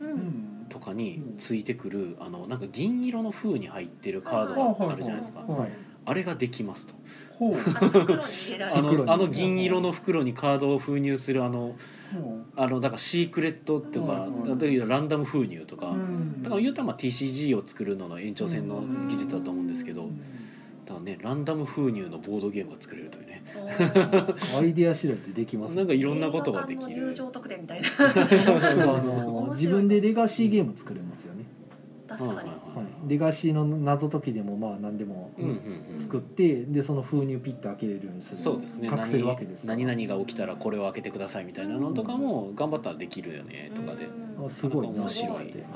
Speaker 4: うん
Speaker 1: とかについてくるあのなんか銀色の風に入ってるカードがあるじゃないですか
Speaker 4: は
Speaker 2: はい
Speaker 1: あれができますと
Speaker 3: ほう
Speaker 4: あの袋に入れら
Speaker 1: あ
Speaker 4: れる。
Speaker 2: 袋に
Speaker 1: のあの銀色の袋にカードを封入するあの
Speaker 3: ほう
Speaker 1: あのだからシークレットとか
Speaker 3: うんうん
Speaker 1: 例えばランダム封入とか
Speaker 3: うん
Speaker 1: だから言うたらまあ TCG を作るのの延長線の技術だと思うんですけどだからねランダム封入のボードゲームが作れるというね
Speaker 2: アイディア次第でできます
Speaker 1: なんかい
Speaker 4: い
Speaker 1: ろんなことができる
Speaker 4: 入場特典みたいな。
Speaker 2: もしくはあの
Speaker 4: 白い
Speaker 2: 自分でレガシーゲーム作れますよね、
Speaker 1: はい
Speaker 4: 確
Speaker 1: は
Speaker 4: か
Speaker 1: い
Speaker 4: に。
Speaker 2: はい、
Speaker 1: はい
Speaker 2: レガシーの謎解きでもまあ何でも
Speaker 1: うんうんうん
Speaker 2: 作って、でその封入ピッて開けれるようにする
Speaker 1: そうですね
Speaker 2: 隠せるわけですから
Speaker 1: 何何々が起きたらこれを開けてくださいみたいなのとかも頑張ったらできるよねとかで
Speaker 4: うん
Speaker 2: あすごい
Speaker 1: なんか
Speaker 2: な
Speaker 1: 面白い
Speaker 2: と
Speaker 1: は
Speaker 2: 思
Speaker 1: い
Speaker 2: って
Speaker 1: ね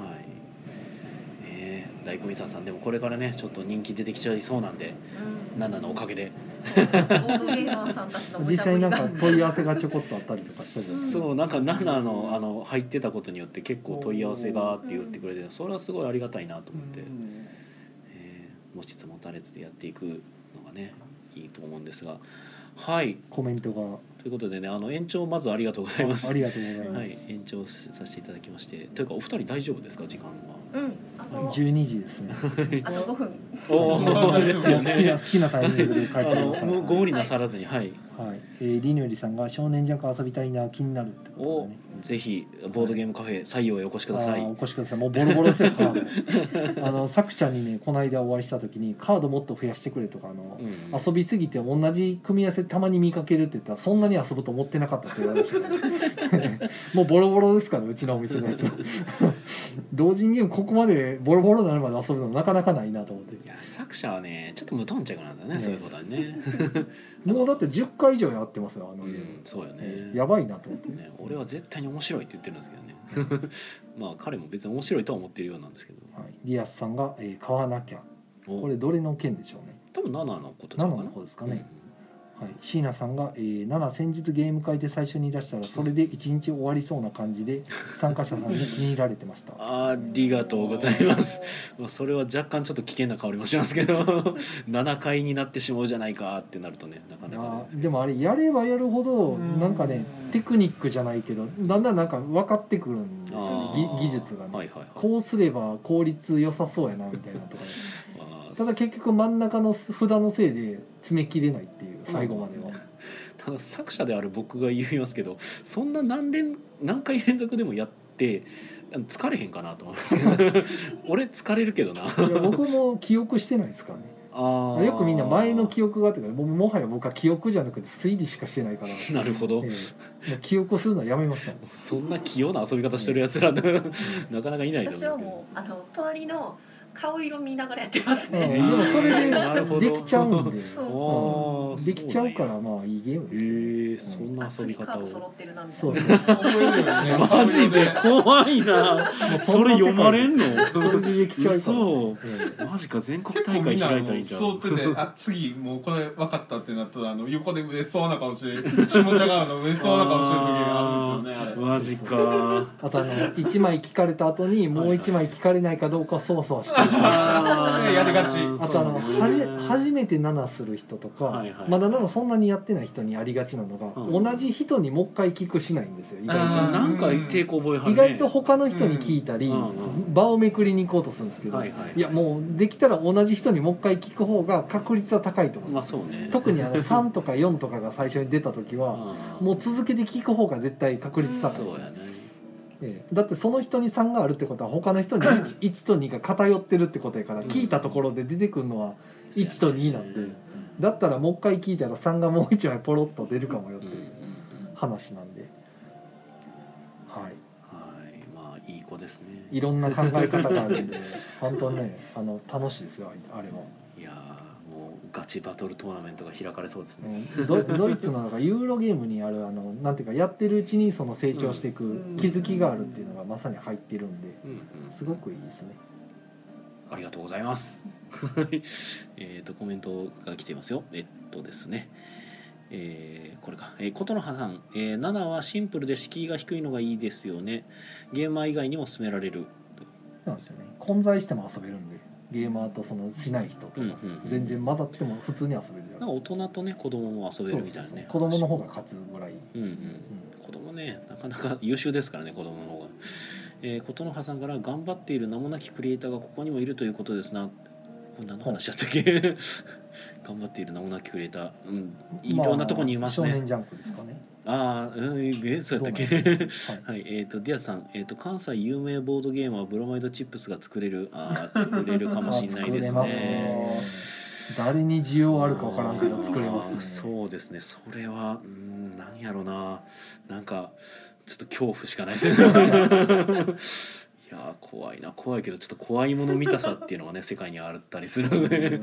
Speaker 1: え大根伊沢さんでもこれからねちょっと人気出てきちゃいそうなんで
Speaker 4: うん
Speaker 1: ナナのおかげで
Speaker 4: ボードゲーマーさんたちの無
Speaker 2: 実
Speaker 4: 茶ぶ
Speaker 2: 際
Speaker 4: り
Speaker 2: な
Speaker 4: が
Speaker 2: んか問い合わせがちょこっとあったりとかしたじゃないですか
Speaker 1: そうなんかナナのあの入ってたことによって結構問い合わせがって言ってくれてそれはすごいありがたいなと思って、えー持ちつ持たれつでやっていくのがねいいと思うんですがはい
Speaker 2: コメントが
Speaker 1: ということでねあの延長まずありがとうございます
Speaker 2: ありがとうございます、
Speaker 1: はい、延長させていただきまして、というかお二人大丈夫ですか時間は。
Speaker 4: うん。あと
Speaker 2: 12時ですね
Speaker 4: あと5分。
Speaker 1: お
Speaker 3: ー
Speaker 1: <laughs> です
Speaker 2: も
Speaker 1: よ
Speaker 2: う好きな
Speaker 1: ね
Speaker 2: 好。きなタイミングで書
Speaker 1: あ
Speaker 2: いてくだ
Speaker 1: の
Speaker 2: さい
Speaker 1: もうご無理なさらずに、はい、
Speaker 2: はい、えー、りのよりさんが少年ジャンク遊びたいな気になるってこと
Speaker 1: を
Speaker 2: でね
Speaker 1: ぜひボードゲームカフェ採用へお越しくださ
Speaker 2: あーお
Speaker 1: い。
Speaker 2: 越しくださいもうボロボロですよカードあのさくちゃんにねこの間お会いした時にカードもっと増やしてくれとかあの
Speaker 1: う、ん、
Speaker 2: 遊びすぎて同じ組み合わせたまに見かけるって言ったらそんなに遊ぶと思ってなかったって言われましたけどもうボロボロですからうちのお店 <laughs> のやつ同人ゲームここまでボロボロになるまで遊ぶのなかなかないなと思って
Speaker 1: いや作者はねちょっと無頓着なんだよね
Speaker 2: ね
Speaker 1: そういうことは
Speaker 2: <laughs>
Speaker 1: ね。
Speaker 2: もうだって10回以上やってますよあ
Speaker 1: う
Speaker 2: のゲーム、
Speaker 1: んそうよ
Speaker 2: え
Speaker 1: ね。
Speaker 2: ーやばいなと思って、
Speaker 1: ね俺は絶対に面白いって言ってるんですけどね。 <laughs> まあ彼も別に面白いとは思ってるようなんですけど。
Speaker 2: はい、リアスさんが、えー買わなきゃ
Speaker 1: お
Speaker 2: これどれの件でしょうね
Speaker 1: 多分ナナのことじゃ
Speaker 2: 7
Speaker 1: ないか
Speaker 2: の
Speaker 1: な。
Speaker 2: 方ですかね、はい、椎名さんが、えー「7先日ゲーム会で最初に出したらそれで一日終わりそうな感じで参加者さんに気に入られてました」
Speaker 1: うんありがとうございます。。 <laughs> まあ、それは若干ちょっと危険な香りもしますけど <laughs> 7回になってしまうじゃないかってなるとねなかなか
Speaker 2: あ
Speaker 1: ね
Speaker 2: ーでもあれやればやるほど
Speaker 3: うん
Speaker 2: なんかねテクニックじゃないけどだんだんなんか分かってくるんですよ
Speaker 1: あ
Speaker 2: ね
Speaker 1: ー
Speaker 2: ぎ技術がね、
Speaker 1: はいはいはい
Speaker 2: こうすれば効率良さそうやなみたいなとかね
Speaker 1: あー
Speaker 2: ただ結局真ん中の札のせいで詰め切れないっていう最後までは、
Speaker 1: <laughs> ただ作者である僕が言いますけどそんな何連何回連続でもやって疲れへんかなと思いますけど俺疲れるけどない
Speaker 2: や僕も記憶してないですからね
Speaker 1: あー
Speaker 2: よくみんな前の記憶がというかもうもはや僕は記憶じゃなくて推理しかしてな
Speaker 1: <laughs>
Speaker 2: いから、
Speaker 1: なるほど、
Speaker 2: ええもう記憶するのはやめましたね
Speaker 1: そんな器用な遊び方してるやつらなかなかいないと思うんです
Speaker 4: 私は
Speaker 1: けど
Speaker 4: もうあの隣の顔色見ながらやってます
Speaker 2: うん
Speaker 4: ね。
Speaker 2: でもそれ
Speaker 1: なるほど
Speaker 2: でできちゃうんで
Speaker 4: そう
Speaker 1: <laughs> あー
Speaker 2: できちゃうか
Speaker 1: そ
Speaker 2: ら
Speaker 1: なんや
Speaker 2: まあいいゲーム
Speaker 1: へ
Speaker 2: ですね
Speaker 1: えそんな
Speaker 4: あ
Speaker 1: 遊び
Speaker 4: 次カ
Speaker 1: 方
Speaker 4: ード
Speaker 1: を
Speaker 4: 揃ってるなみた
Speaker 2: そ
Speaker 4: いうな。
Speaker 2: そう
Speaker 1: マジで怖いな。それ読まれんの。
Speaker 2: それでできちゃうから
Speaker 1: 嘘
Speaker 2: ええ
Speaker 1: マジか全国大会開いたらいいんじゃ。
Speaker 3: そうんっててあ次もうこれ分かったってなったらあの横で嬉しそうな顔して下茶川の嬉しそうな顔してる時があるんですよねあれ
Speaker 1: マジか。
Speaker 2: あとあの1枚聞かれた後にもう1枚聞かれないかどうかそわそわしてる
Speaker 3: あーそれやりがち
Speaker 2: あとあの
Speaker 1: そうだ
Speaker 2: は
Speaker 1: ね
Speaker 2: じ初めて7する人とか、
Speaker 1: はいはい
Speaker 2: まだ7そんなにやってない人にありがちなのが、
Speaker 1: うん
Speaker 2: 同じ人にもう一回聞くしないんですよ意
Speaker 3: あ
Speaker 2: 外
Speaker 1: なんか抵抗覚えは
Speaker 2: と
Speaker 1: る
Speaker 2: 意
Speaker 1: ね。
Speaker 2: 外と他の人に聞いたり、
Speaker 1: うんうん
Speaker 2: 場をめくりに行こうとするんですけど、
Speaker 1: はい
Speaker 2: い
Speaker 1: はい。
Speaker 2: やもうできたら同じ人にもう一回聞く方が確率は高いと思う、
Speaker 1: まあそうね。
Speaker 2: 特にあの3とか4とかが最初に出た時は、も
Speaker 1: も
Speaker 2: う続けて聞く方が絶対確率高いで
Speaker 1: そ
Speaker 2: す
Speaker 1: う
Speaker 2: よ
Speaker 1: やね。
Speaker 2: ええだってその人に3があるってことは他の人に 1, 1と2が偏ってるってことやから
Speaker 1: うん
Speaker 2: 聞いたところで出てくるのは1と2なんで
Speaker 1: うん
Speaker 2: だったらもう一回聞いたら3がもう1枚ポロッと出るかもよっ
Speaker 1: う
Speaker 2: て
Speaker 1: んうんう
Speaker 2: いうん話なんで、はい、
Speaker 1: はい。まあいい子ですね。
Speaker 2: いろんな考え方がある
Speaker 1: <laughs>
Speaker 2: んで本当ねあの楽しいですよあれも、
Speaker 1: いやーもうガチバトルトーナメントが開かれそうですね。
Speaker 2: うんドドイツのなんかユーロゲームにあるあのなんていうかやってるうちにその成長していく気づきがあるっていうのがまさに入ってるんで
Speaker 1: うんうん。
Speaker 2: すごくいいですね。
Speaker 1: ありがとうございます。 <laughs> はいえっとコメントが来ていますよ。えっとですね。えーこれか、えー、琴ノ葉さん、えー、7はシンプルで敷居が低いのがいいですよねゲーマー以外にも勧められる
Speaker 2: なんですよね混在しても遊べるんでゲーマーとそのしない人とか、
Speaker 1: うんうんうん
Speaker 2: 全然混ざっても普通に遊べる
Speaker 1: なんか大人とね子供も遊べるみたいなね
Speaker 2: そうそうそう子供の方が勝つぐらい、
Speaker 1: うんうん子供ねなかなか優秀ですからね子供の方が、えー、琴ノ葉さんから頑張っている名もなきクリエイターがここにもいるということですなこれ何の話だったっけ <laughs> 頑張っている名もなきクリエイター、うん、いろんなとこにいます
Speaker 2: 少
Speaker 1: ね、
Speaker 2: 年ジャンクですかね
Speaker 1: ああうんえーそうやったっ
Speaker 2: どうなん
Speaker 1: け
Speaker 2: でしょうはい
Speaker 1: <laughs> はい、えっ、とディアスさん、えっ、と関西有名ボードゲームはブロマイドチップスが作れる、あー作れるかもしれないです
Speaker 2: <laughs> あ作れます
Speaker 1: ね。
Speaker 2: ね誰に需要あるかわからんけど作れます
Speaker 1: あー
Speaker 2: ね
Speaker 1: そうですね。それは、うん、なんやろうな、なんかちょっと恐怖しかないですね。 <laughs> いやー怖いな怖いけどちょっと怖いもの見たさっていうのがね世界にあったりするの <laughs> で。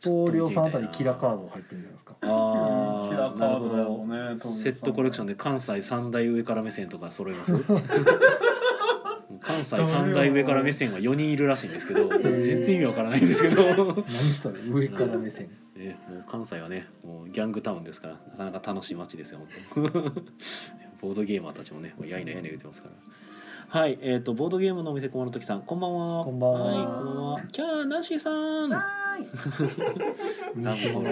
Speaker 2: 棟梁さんあたりキラカード入ってるんじゃないですか
Speaker 3: キラ
Speaker 1: ああ
Speaker 3: ー
Speaker 1: な
Speaker 3: カ
Speaker 1: る
Speaker 3: ー
Speaker 1: ほ
Speaker 3: ドだよ
Speaker 1: ど。
Speaker 3: ねトムさん
Speaker 1: セットコレクションで関西三大上から目線とか揃え
Speaker 2: <laughs>
Speaker 1: ます関西三大上から目線は4人いるらしいんですけど
Speaker 2: ー
Speaker 1: 全然意味わからないんですけど、 <laughs>
Speaker 2: 何それ上から目線
Speaker 1: ね、もう関西はねもうギャングタウンですからなかなか楽しい街ですよ本当 <laughs> ボードゲーマーたちもねもうやいなやいな言ってますからはいえー、とボードゲームのお店小室時さんこんばんは
Speaker 2: こんばんは
Speaker 1: はいこんばんはキャーナンシーさんあ
Speaker 4: わーい
Speaker 1: <laughs> なるほど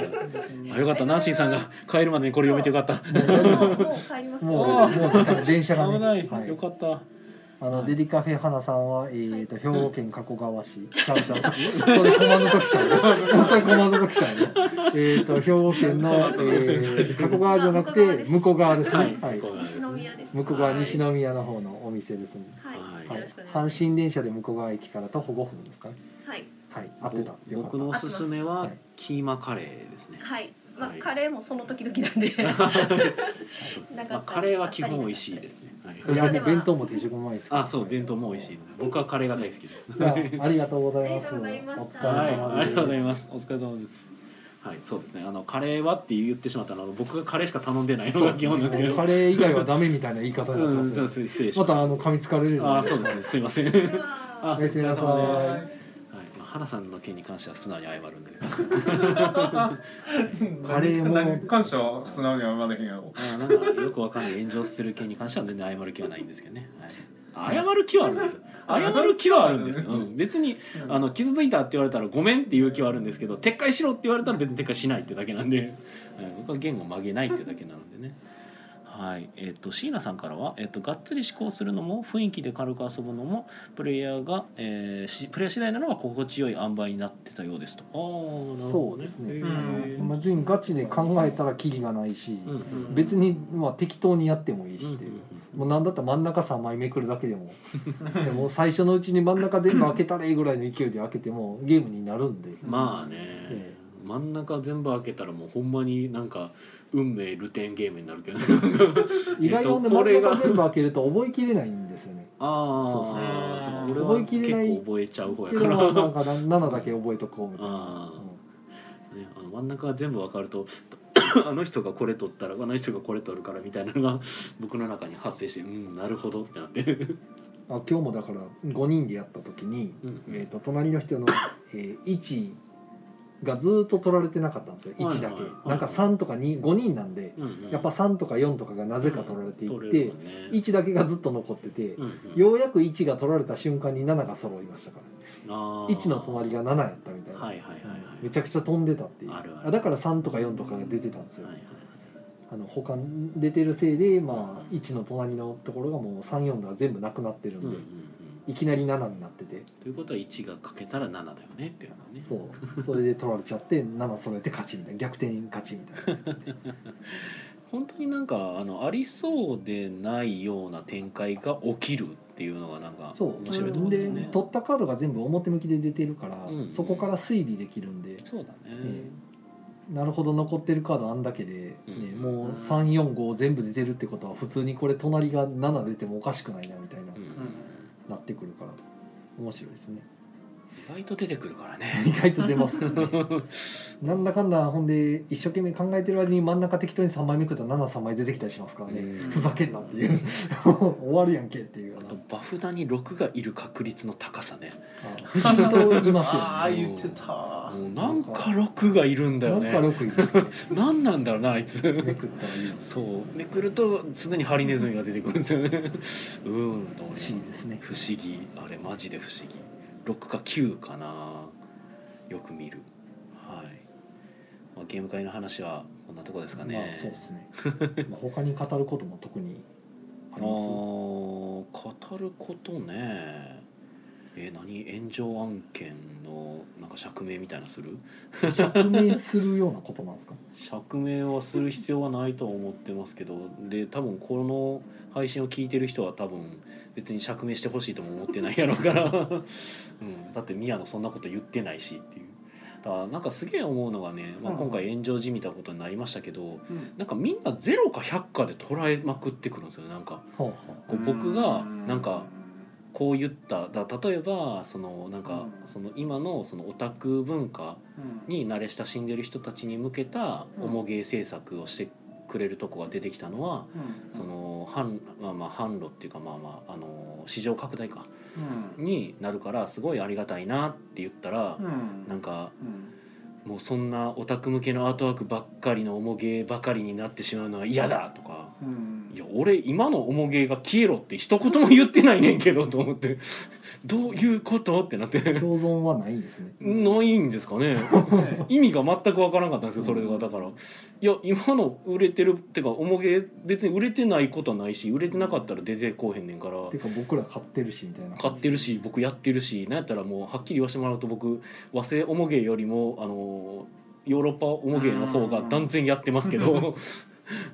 Speaker 1: よかったナンシーさんが帰るまでにこれ読めてよかった
Speaker 4: もうもう帰ります
Speaker 2: もう
Speaker 1: あ
Speaker 2: も
Speaker 1: ー
Speaker 2: う来た電車がね
Speaker 1: 危ない、
Speaker 2: はい
Speaker 1: よかったは
Speaker 2: あの
Speaker 1: い
Speaker 2: デリカフェ花さんは、えー、と兵庫県加古川市。ちゃうちゃう。それ駒の時さんね。それ駒の時さんね。えっと兵庫県の、えー、加古川じゃなくて向こう側ですね。はい。
Speaker 1: こうなんです
Speaker 4: 西
Speaker 1: ね
Speaker 4: 宮です
Speaker 2: 向こう側西宮の方のお店ですね。
Speaker 4: はい、
Speaker 1: は
Speaker 4: はいい、
Speaker 2: は
Speaker 4: よろ
Speaker 2: い
Speaker 4: しくお願い。します
Speaker 2: 阪神電車で向こう側駅から徒歩5分ですかね。
Speaker 4: はい
Speaker 2: はい。合ってた。よか
Speaker 1: 僕の
Speaker 2: っ
Speaker 1: おすすめ
Speaker 2: は
Speaker 1: はいキーマカレーですね。
Speaker 4: はい、まあ、
Speaker 1: はい
Speaker 4: カレーもその時々なんで。なん
Speaker 1: まあ
Speaker 4: か
Speaker 1: カレーは基本美味しいですね。はい
Speaker 2: た。いやもう弁当も定食もうまいですから。
Speaker 1: あ、そう弁当も美味しい。僕はカレーが大好きです。
Speaker 2: まあありがとうございます。
Speaker 4: ありがとうございました
Speaker 2: お疲
Speaker 1: は
Speaker 2: れ
Speaker 1: い、ありが
Speaker 2: 様です。
Speaker 1: とうございます。お疲れ様です。はい、そうですね。あのカレーはって言ってしまったのは僕がカレーしか頼んでないのが基本なんですけど。
Speaker 2: カレー以外はダメみたいな言い方にな
Speaker 1: う
Speaker 2: っ
Speaker 1: ん、
Speaker 2: て
Speaker 1: ちょっ
Speaker 2: ま
Speaker 1: と
Speaker 2: すよ。
Speaker 1: 失礼し
Speaker 2: ま
Speaker 1: ましたた。
Speaker 2: あの噛みつかれるじゃない
Speaker 1: あ、
Speaker 2: です
Speaker 1: そう
Speaker 2: か。
Speaker 1: ですね。すいません。
Speaker 4: <laughs>
Speaker 1: は
Speaker 4: で
Speaker 1: い、
Speaker 4: は
Speaker 1: あ
Speaker 2: おやすみなさ
Speaker 1: お疲れ様です
Speaker 2: い。
Speaker 1: まあ花さんの件に関しては素直に謝るんだけど。
Speaker 3: <laughs>
Speaker 2: カレーも
Speaker 3: 何に関しては素直にはまれへんやろ
Speaker 1: あなんかよくわかんない炎上する件に関しては全然謝る気はないんですけどね、はい、謝る気はあるんですよ <laughs> 謝る気はあるんですよ、うん、別にあの傷ついたって言われたらごめんっていう気はあるんですけど撤回しろって言われたら別に撤回しないってだけなんで、はい、僕は言語を曲げないってだけなのでねはいえっ、と椎名さんからは、えっとがっつり思考するのも雰囲気で軽く遊ぶのもプレイヤーが、えーしプレイヤー次第なのは心地よい塩梅になってたようですとああなるほ
Speaker 2: そ
Speaker 1: ど
Speaker 2: う
Speaker 1: ね
Speaker 2: ですね
Speaker 1: へ。
Speaker 2: あ
Speaker 1: ー
Speaker 2: のまあ順にガチで考えたらキリがないし、
Speaker 1: うんうん
Speaker 2: 別にまあ適当にやってもい
Speaker 1: うん
Speaker 2: い
Speaker 1: う
Speaker 2: し
Speaker 1: ん
Speaker 2: で
Speaker 1: うん
Speaker 2: もうなんだったら真ん中3枚めくるだけ
Speaker 1: <laughs>
Speaker 2: でもでも最初のうちに真ん中全部開けたらええぐらいの勢いで開けてもゲームになるんで、
Speaker 1: まあね、
Speaker 2: え
Speaker 1: 真ん中全部開けたらもうほんまになんか運命ルテンゲームになるけ
Speaker 2: <laughs>
Speaker 1: ど
Speaker 2: 意外と
Speaker 1: えっ
Speaker 2: ね
Speaker 1: とこ
Speaker 2: 真
Speaker 1: れ
Speaker 2: ん
Speaker 1: が
Speaker 2: 中全部開けると覚えきれないんですよね。
Speaker 1: ああそう
Speaker 3: そうそう
Speaker 1: 俺は
Speaker 2: 覚えきれない
Speaker 1: 結構覚えちゃう方
Speaker 2: け
Speaker 1: やか
Speaker 2: ど
Speaker 1: ら、
Speaker 2: <laughs> ま
Speaker 1: ね、
Speaker 2: あなんかな7だけ覚えとこうみたいな
Speaker 1: あ。あの真ん中が全部分かると <coughs> あの人がこれ取ったらあの人がこれ取るからみたいなのが僕の中に発生してうんなるほどってなって、
Speaker 2: あ今日もだから5人でやった時に、
Speaker 1: うん
Speaker 2: えー、と隣の人の、えー位置がずーっと取られてなかったんですよ位置だけ、
Speaker 1: はいはいはい
Speaker 2: なんか3とか25人なんで、
Speaker 1: うんうん
Speaker 2: やっぱ3とか4とかがなぜか取られてい
Speaker 1: 取
Speaker 2: っ
Speaker 1: れる
Speaker 2: て
Speaker 1: も、んね
Speaker 2: 位置だけがずっと残ってて、
Speaker 1: うんうん
Speaker 2: ようやく1が取られた瞬間に7が揃いましたから
Speaker 1: あー
Speaker 2: 1の隣が7やったみたいな、
Speaker 1: はいはいはいはい
Speaker 2: めちゃくちゃ飛んでたっていう
Speaker 1: あるある
Speaker 2: だから3とか4とかが出てたんですよ、
Speaker 1: はいはい
Speaker 2: あの他に出てるせいで、まあ、1の隣のところがもう34が全部なくなってるん
Speaker 1: うん
Speaker 2: で、
Speaker 1: うんうん
Speaker 2: いきなり7になってて。
Speaker 1: ということは1がかけたら7だよねっていうのはね
Speaker 2: そうそれで取られちゃって7揃えて勝ちみたいな逆転勝ちみたい
Speaker 1: <laughs>
Speaker 2: な
Speaker 1: 本当になんかあのありそうでないような展開が起きるっていうのがなんか
Speaker 2: そう
Speaker 1: 面白いところですね。
Speaker 2: 取ったカードが全部表向きで出てるから、
Speaker 1: うん
Speaker 2: そこから推理できるんで
Speaker 1: そうだね。
Speaker 2: えなるほど残ってるカードあんだけで、ね
Speaker 1: うん
Speaker 2: もう345全部出てるってことは普通にこれ隣が7出てもおかしくないなみたいな、
Speaker 1: うん
Speaker 2: なってくるから面白いですね <laughs>
Speaker 1: 意外と出てくるからね
Speaker 2: 意外と出ます <laughs> からね、なんだかんだほんで一生懸命考えてる間に真ん中適当に3枚めくったら73枚出てきたりしますからね、
Speaker 1: うん
Speaker 2: ふざけんなっていう <laughs> 終わるやんけっていうよう
Speaker 1: あ
Speaker 2: な
Speaker 1: とバフダに6がいる確率の高さね
Speaker 2: あ不思議とい
Speaker 3: あ
Speaker 2: ま
Speaker 3: あ
Speaker 2: すよね
Speaker 3: 言ってた
Speaker 1: もうなんか6がいるんだよね
Speaker 2: なんか6位ですね
Speaker 1: なんなんだろうなあいつ
Speaker 2: めくったらいい不
Speaker 1: そうめくると常にハリネズミが出てくるんですよねうーんと思いま
Speaker 2: 思
Speaker 1: す
Speaker 2: 議ですね
Speaker 1: 不思議あれマジで不思議6か9かなよく見るはい、まあ、ゲーム会の話はこんなとこですか
Speaker 2: まあ
Speaker 1: ね、
Speaker 2: そうですねまあ他に語ることも特にあ
Speaker 1: あ
Speaker 2: りま
Speaker 1: ー語ることねえー何炎上案件のなんか釈明みたいなする
Speaker 2: す釈明するようなことなんですか
Speaker 1: 釈明はする必要はないとは思ってますけどで多分この配信を聞いてる人は多分別に釈明してほしいとも思ってないやろうから、うん、だって宮野そんなこと言ってないしっていうだからなんかすげえ思うのがね、まあ、
Speaker 2: うん
Speaker 1: 今回炎上じみたことになりましたけど
Speaker 3: うん
Speaker 1: なんかみんな0か100かで捉えまくってくるんですよねなんか
Speaker 2: はあは
Speaker 1: こう僕がなんかこう言っただから例えばそのなんか
Speaker 3: うん
Speaker 1: その今のそのオタク文化
Speaker 3: うん
Speaker 1: に慣れ親しんでる人たちに向けた
Speaker 3: うん
Speaker 1: 重芸制作をしてくれるとこが出てきたのは、
Speaker 3: うん
Speaker 1: その販まあまあ販路っていうかまあまああの市場拡大か
Speaker 3: うん
Speaker 1: になるからすごいありがたいなって言ったら、
Speaker 3: うん
Speaker 1: なんか
Speaker 3: うん
Speaker 1: もうそんなオタク向けのアートワークばっかりの重芸ばかりになってしまうのは嫌だとか。
Speaker 3: うん
Speaker 1: いや俺今の重げが消えろって一言も言ってないねんけどと思ってどういうことってなって
Speaker 2: あ共存はないんですね
Speaker 1: ないんですかね
Speaker 3: ね
Speaker 1: <laughs> 意味が全くわからなかったんですよそれがだからいや今の売れてるってか重げ別に売れてないことはないし売れてなかったら出てこうへんねんから
Speaker 2: ていうか僕ら買ってるしみたいな
Speaker 1: 買ってるし僕やってるしなんやったらもうはっきり言わせてもらうと僕和製重げよりもあのヨーロッパ重げの方が断然やってますけど <laughs>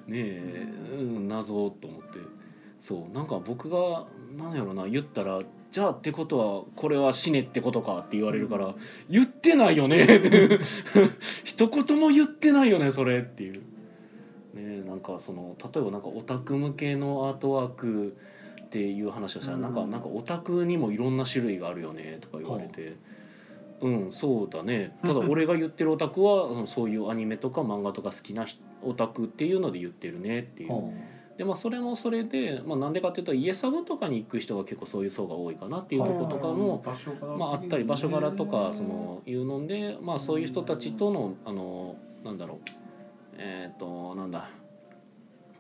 Speaker 1: ねえ、うん、謎と思ってそうなんか僕がなんやろな言ったら「じゃあってことはこれは死ねってことか」って言われるから「言ってないよね」って <laughs> 一言も言ってないよねそれっていう。ねえ、なんかその例えばなんかオタク向けのアートワークっていう話をしたら、
Speaker 3: うん
Speaker 1: なんかなんかオタクにもいろんな種類があるよねとか言われて、うんそうだねただ俺が言ってるオタクはうんそういうアニメとか漫画とか好きな人オタクっていうので言ってるねっていう、
Speaker 2: は
Speaker 1: でまあそれもそれで、まあ、なんでかっていうと家サブとかに行く人が結構そういう層が多いかなっていうとことかも、
Speaker 3: 場所柄
Speaker 1: まあ、あったり場所柄とかそのいうので、まあ、そういう人たちとのあのなんだろうえっ、となんだ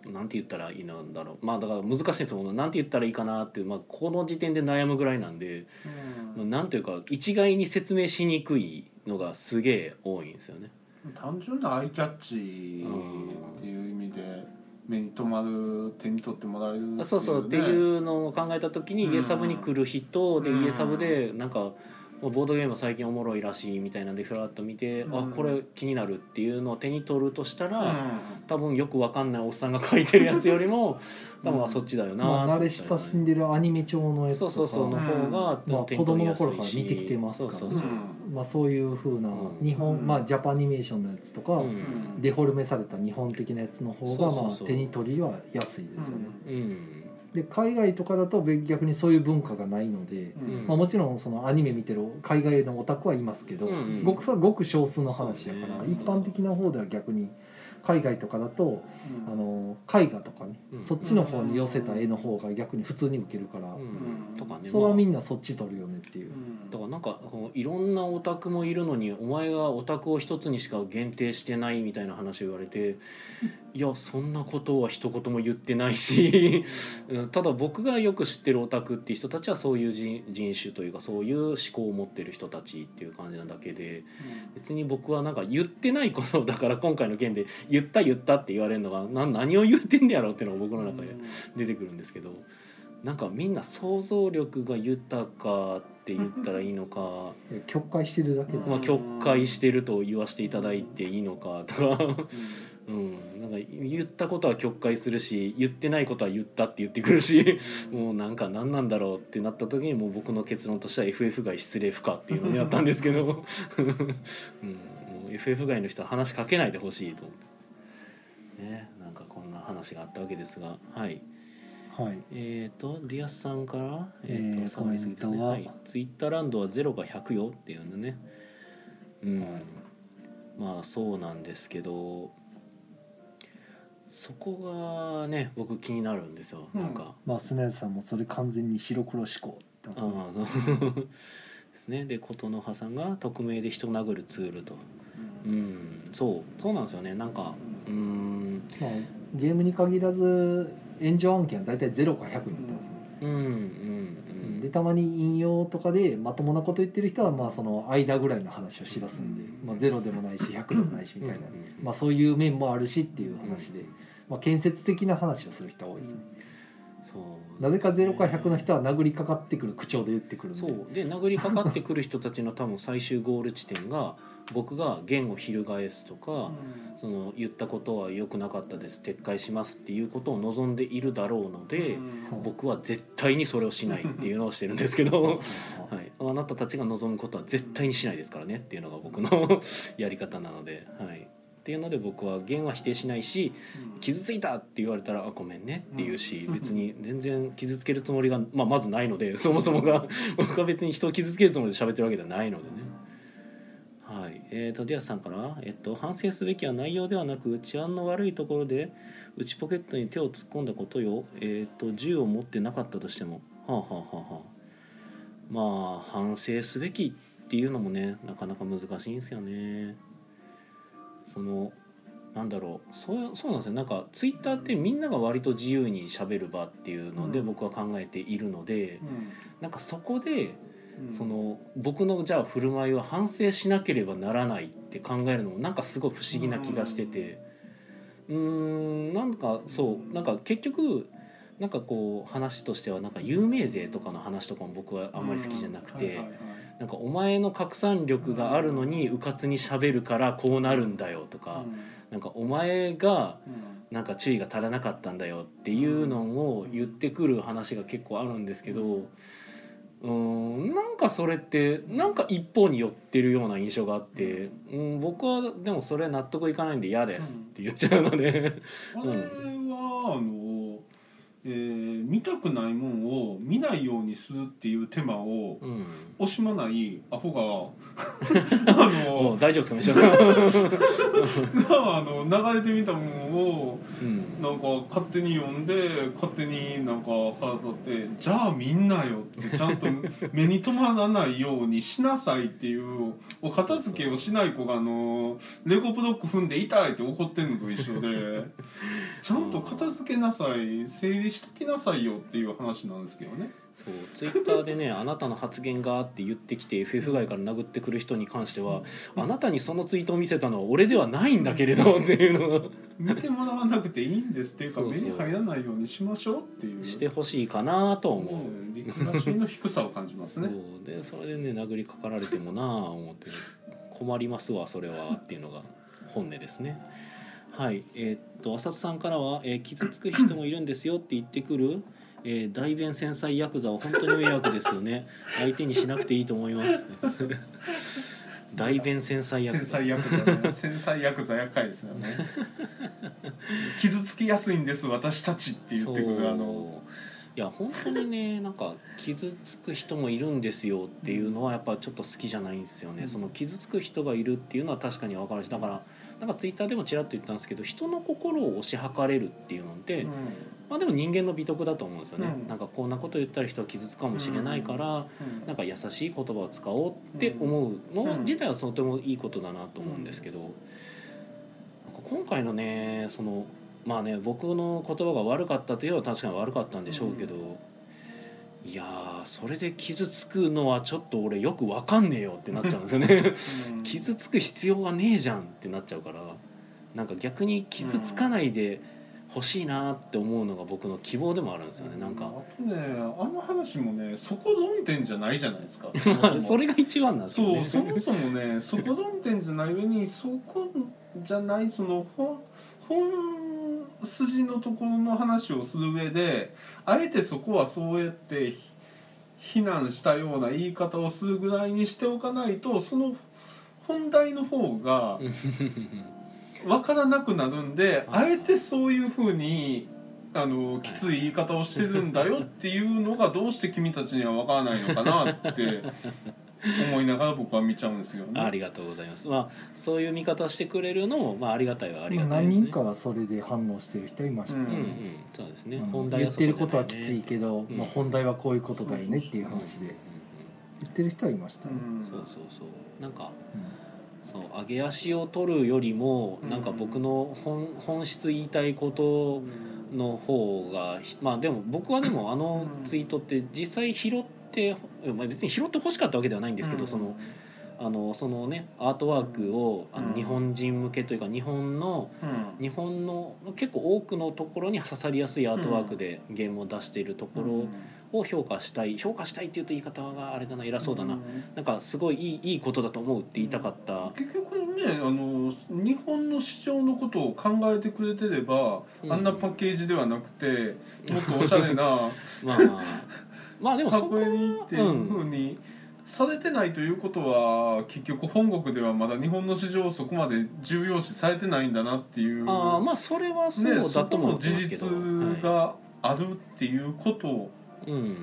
Speaker 1: なんて言ったらいいんだろうまあだから難しいんですよなんて言ったらいいかなっていう、まあ、この時点で悩むぐらいなんで、
Speaker 3: うん
Speaker 1: まあ、なんというか一概に説明しにくいのがすげえ多いんですよね。
Speaker 3: 単純なアイキャッチっていう意味で目に留まる手に取ってもらえるっていうね
Speaker 1: そうそうっていうのを考えた時に
Speaker 3: うん
Speaker 1: 家サブに来る人で
Speaker 3: うん
Speaker 1: 家サブでなんかまあボードゲームは最近おもろいらしいみたいなんでふらっと見て
Speaker 3: う
Speaker 1: あ
Speaker 3: ん
Speaker 1: これ気になるっていうのを手に取るとした
Speaker 3: う
Speaker 1: ら
Speaker 3: ん
Speaker 1: 多分よくわかんないおっさんが書いてるやつよりも多分
Speaker 3: う
Speaker 1: あ
Speaker 3: ん
Speaker 1: そっちだよな
Speaker 2: まあ、慣
Speaker 1: と思
Speaker 2: れ
Speaker 1: ったりね
Speaker 2: 親しんでるアニメ調のやつと
Speaker 1: そう
Speaker 2: か
Speaker 1: そうそうの方が
Speaker 2: うんまあ
Speaker 1: 手に取りやすいし
Speaker 2: 子供の頃から見てきてますからね
Speaker 1: そう
Speaker 3: う
Speaker 1: そうんそう
Speaker 2: まあ、そういう風な
Speaker 1: うん
Speaker 2: 日本、
Speaker 3: うん
Speaker 2: まあ、ジャパニメーションのやつとか、
Speaker 1: う
Speaker 3: うんん
Speaker 2: デフォルメされた日本的なやつの方
Speaker 1: そう
Speaker 2: が
Speaker 1: そう
Speaker 2: まあ
Speaker 1: そう
Speaker 2: 手に取りは安いです
Speaker 3: う
Speaker 2: よね。
Speaker 3: ん
Speaker 1: うん
Speaker 2: で海外とかだと別逆にそういう文化がないので、
Speaker 1: うん
Speaker 2: まあ、もちろんそのアニメ見てる海外のオタクはいますけど、
Speaker 1: うんうん
Speaker 2: ごくさごく少数の話やから、
Speaker 1: そうね
Speaker 2: 一般的な方では逆に海外とかだとあの絵画とかね、
Speaker 1: うん
Speaker 2: そっちの方に寄せた絵の方が逆に普通に受けるから、
Speaker 1: うんとかね
Speaker 2: それは
Speaker 1: まあ
Speaker 2: みんなそっち取るよねっていう
Speaker 3: う。ん
Speaker 1: だからなんかこういろんなオタクもいるのにお前がオタクを一つにしか限定してないみたいな話を言われていやそんなことは一言も言ってないしうんただ僕がよく知ってるオタクっていう人たちはそういう人人種というかそういう思考を持ってる人たちっていう感じなだけで <laughs> 別に僕はなんか言ってないことをだから今回の件で「言った言った」って言われるのがな何を言ってんねやろっていうのが僕の中で出てくるんですけどなんかみんな想像力が豊かって言ったらいいのか。
Speaker 2: 曲解してるだけで、
Speaker 1: まあ、曲解してると言わせていただいていいのかと <laughs> か、うん、なんか言ったことは曲解するし言ってないことは言ったって言ってくるしもうなんか何なんだろうってなった時にもう僕の結論としては FF 外失礼不可っていうのになったんですけ
Speaker 2: <laughs>
Speaker 1: ど、うん、もう FF 外の人は話しかけないでほしいと思って、ね、なんかこんな話があったわけですがはい。
Speaker 2: はい
Speaker 1: えっ、とディアスさんから、え
Speaker 2: え
Speaker 1: ー
Speaker 2: ー
Speaker 1: と下がりすぎですね
Speaker 2: コメントは
Speaker 1: はい、ツイッターランドは0が100よっていうのねうん、
Speaker 2: はい
Speaker 1: まあそうなんですけどそこがね僕気になるんですよ、
Speaker 3: うん
Speaker 1: なんか
Speaker 2: まあ砂谷さんもそれ完全に白黒思考って
Speaker 1: あ
Speaker 2: こ
Speaker 1: あそうですねで琴ノ葉さんが匿名で人殴るツールとうんそうそうなんですよねなんかうん
Speaker 2: とですねまあゲームに限らず炎上案件は大体0か100になってますね、
Speaker 1: うんうんう
Speaker 2: で
Speaker 1: ん
Speaker 2: たまに引用とかでまともなこと言ってる人はまあその間ぐらいの話をしだすんで、まあ、0でもないし100でもないしみたいな、まあ、そういう面もあるしっていう話で、まあ、建設的な話をする人は多いですね、
Speaker 1: そう
Speaker 2: なぜか0か100の人は殴りかかってくる口調で言ってくるんで
Speaker 1: そうで殴りかかってくる人たちの多分最終ゴール地点が僕が言を翻すとか、その言ったことは良くなかったです撤回しますっていうことを望んでいるだろうので、僕は絶対にそれをしないっていうのをしてるんですけど、はい、あなたたちが望むことは絶対にしないですからねっていうのが僕の <laughs> やり方なので、はい、っていうので僕は言は否定しないし傷ついたって言われたら「あごめんね」って言うし、
Speaker 3: うん
Speaker 1: 別に全然傷つけるつもりが、まあ、まずないのでそ <laughs> もそもが僕は別に人を傷つけるつもりで喋ってるわけではないのでね。はいえー、とディアスさんから、えっと「反省すべきは内容ではなく治安の悪いところで内ポケットに手を突っ込んだことよ、えっと銃を持ってなかったとしても」はあはあはあはあ、まあ反省すべきっていうのもねなかなか難しいんですよね。そのなんだろうそうそうなんですよなんかツイッターってみんなが割と自由にしゃべる場っていうので
Speaker 3: うん
Speaker 1: 僕は考えているので、なんかそこでその僕のじゃあ振る舞いを反省しなければならないって考えるのもなんかすごい不思議な気がしててうーんなんかそうなんか結局なんかこう話としてはなんか有名税とかの話とかも僕はあんまり好きじゃなくて。なんかお前の拡散力があるのにうかつに喋るからこうなるんだよとか、なんかお前がなんか注意が足らなかったんだよっていうのを言ってくる話が結構あるんですけどうーんなんかそれってなんか一方に寄ってるような印象があって、うん、僕はでもそれ納得いかないんで嫌ですって言っちゃうので
Speaker 3: あれはあの、えー見たくないもんを見ないようにするっていう手間を
Speaker 1: うん
Speaker 3: 惜しまないアホが <laughs>
Speaker 1: も
Speaker 3: あの
Speaker 1: う大丈夫ですかめちゃくちゃ
Speaker 3: があの流れてみたもんを
Speaker 1: うん
Speaker 3: なんか勝手に読んで勝手になんか腹立って「じゃあみんなよ」ってちゃんと目に留まらないようにしなさいっていうお片付けをしない子があのレゴブロック踏んで痛いって怒ってんのと一
Speaker 1: <laughs>
Speaker 3: 緒でちゃんと片付けなさい整理しときなさいよっていう話なんですけどね。
Speaker 1: そうツイッターでね「あなたの発言が」って言ってきて FF 外から殴ってくる人に関しては「あなたにそのツイートを見せたのは俺ではないんだけれど」っていうのが。
Speaker 3: 見てもらわなくていいんですっていうか
Speaker 1: そう
Speaker 3: 目
Speaker 1: そう
Speaker 3: に入らないようにしましょうっていう
Speaker 1: してほしいかなと思う。
Speaker 3: もうリテラシーの低さを感じます
Speaker 1: そう
Speaker 3: ね。
Speaker 1: でそれでね殴りかかられてもなあ思って困りますわそれはっていうのが本音ですね。はいえーっと浅津さんからは、えー傷つく人もいるんですよ」って言ってくる、えー代弁繊細ヤクザは本当に迷惑ですよね相手にしなくていいと思い <laughs> ます」代弁繊細ヤク
Speaker 3: 繊
Speaker 1: ザ
Speaker 3: 細ヤクザね繊細ヤクザ厄介です
Speaker 1: <laughs>
Speaker 3: よね傷つきやすいんです私たちって言ってくるあの
Speaker 1: そういや本当にね <laughs> なんか傷つく人もいるんですよっていうのはやっぱちょっと好きじゃないんですよね、
Speaker 3: うん
Speaker 1: その傷つく人がいるっていうのは確かに分かるしだからなんかツイッターでもちらっと言ったんですけど人の心を推し量れるっていうのって、
Speaker 3: うん
Speaker 1: まあでも人間の美徳だと思うんですよね、
Speaker 3: うん
Speaker 1: なんかこんなこと言ったら人は傷つくかもしれないから、なんか優しい言葉を使おうって思うの
Speaker 3: うん
Speaker 1: 自体はとてもいいことだなと思うんですけど、なんか今回のねそのまあね僕の言葉が悪かったといえば確かに悪かったんでしょうけど、いやーそれで傷つくのはちょっと俺よくわかんねえよってなっちゃうんですよ <laughs> ね
Speaker 3: うん
Speaker 1: 傷つく必要がねえじゃんってなっちゃうからなんか逆に傷つかないで欲しいなって思うのが僕の希望でもあるんですよねなん
Speaker 3: あ
Speaker 1: か、
Speaker 3: とねあの話もねそこ論点じゃないじゃな
Speaker 1: <laughs>
Speaker 3: いですか
Speaker 1: まあ
Speaker 3: そ
Speaker 1: そ
Speaker 3: も
Speaker 1: れが一番なんですよ
Speaker 3: そ
Speaker 1: ね
Speaker 3: うそも
Speaker 1: <laughs>
Speaker 3: そもねそこ論点じゃない上にそこじゃないその本本筋のところの話をする上であえてそこはそうやってひ非難したような言い方をするぐらいにしておかないとその本題の方が分からなくなるんで
Speaker 1: は
Speaker 3: あ
Speaker 1: い
Speaker 3: えてそういうふうにあのきつい言い方をしてるんだよっていうのがどうして君たちには分からないのかなって思いながら僕は見ちゃうんですよ
Speaker 1: あ
Speaker 3: ね。
Speaker 1: りがとうございます。まあそういう見方してくれるのもまあありがたいはありがたい
Speaker 2: 何
Speaker 1: ですね。
Speaker 2: 人かはそれで反応してる人いました
Speaker 1: うんう
Speaker 2: ね、
Speaker 1: んそうですね。
Speaker 2: あの
Speaker 1: 本題
Speaker 2: 言ってることはき
Speaker 1: そ
Speaker 2: ついけ
Speaker 1: こ
Speaker 2: ど、
Speaker 1: うん
Speaker 2: まあ、本題はこういうことだよねってい
Speaker 1: じ
Speaker 2: う
Speaker 1: ゃないね
Speaker 2: 話
Speaker 1: うんうん
Speaker 2: で言ってる人はいました
Speaker 3: う
Speaker 2: ね、
Speaker 1: うん
Speaker 3: ん
Speaker 1: そうそうそう。なんかそう上げ足を取るよりもなんか僕の本本質言いたいことの方がひまあでも僕はでもあのツイートって実際拾って、まあ、別に拾って欲しかったわけではないんですけど、その、あのそのねアートワークをあ
Speaker 3: うん
Speaker 1: の日本人向けというか日本の
Speaker 3: うん
Speaker 1: 日本の結構多くのところに刺さりやすいアートワークでゲームを出しているところを評価したい評価したいっていうと言い方があれだな偉そうだな、なんかすごいいいいいことだと思うって言いたかった、
Speaker 3: 結局ねあの日本の市場のことを考えてくれてれば、
Speaker 1: うん
Speaker 3: あんなパッケージではなくてもっとおしゃれな
Speaker 1: <laughs> まあまあでもそこ
Speaker 3: 箱
Speaker 1: は
Speaker 3: 絵にっていうふうにされてないということは結局本国ではまだ日本の市場をそこまで重要視されてないんだなっていう
Speaker 1: ああまあそれはそう
Speaker 3: ね、
Speaker 1: だ
Speaker 3: そ
Speaker 1: と
Speaker 3: こ
Speaker 1: も思
Speaker 3: の
Speaker 1: って
Speaker 3: 事
Speaker 1: ますけど、
Speaker 3: 実
Speaker 1: は
Speaker 3: があるっていうことを、
Speaker 1: いうん、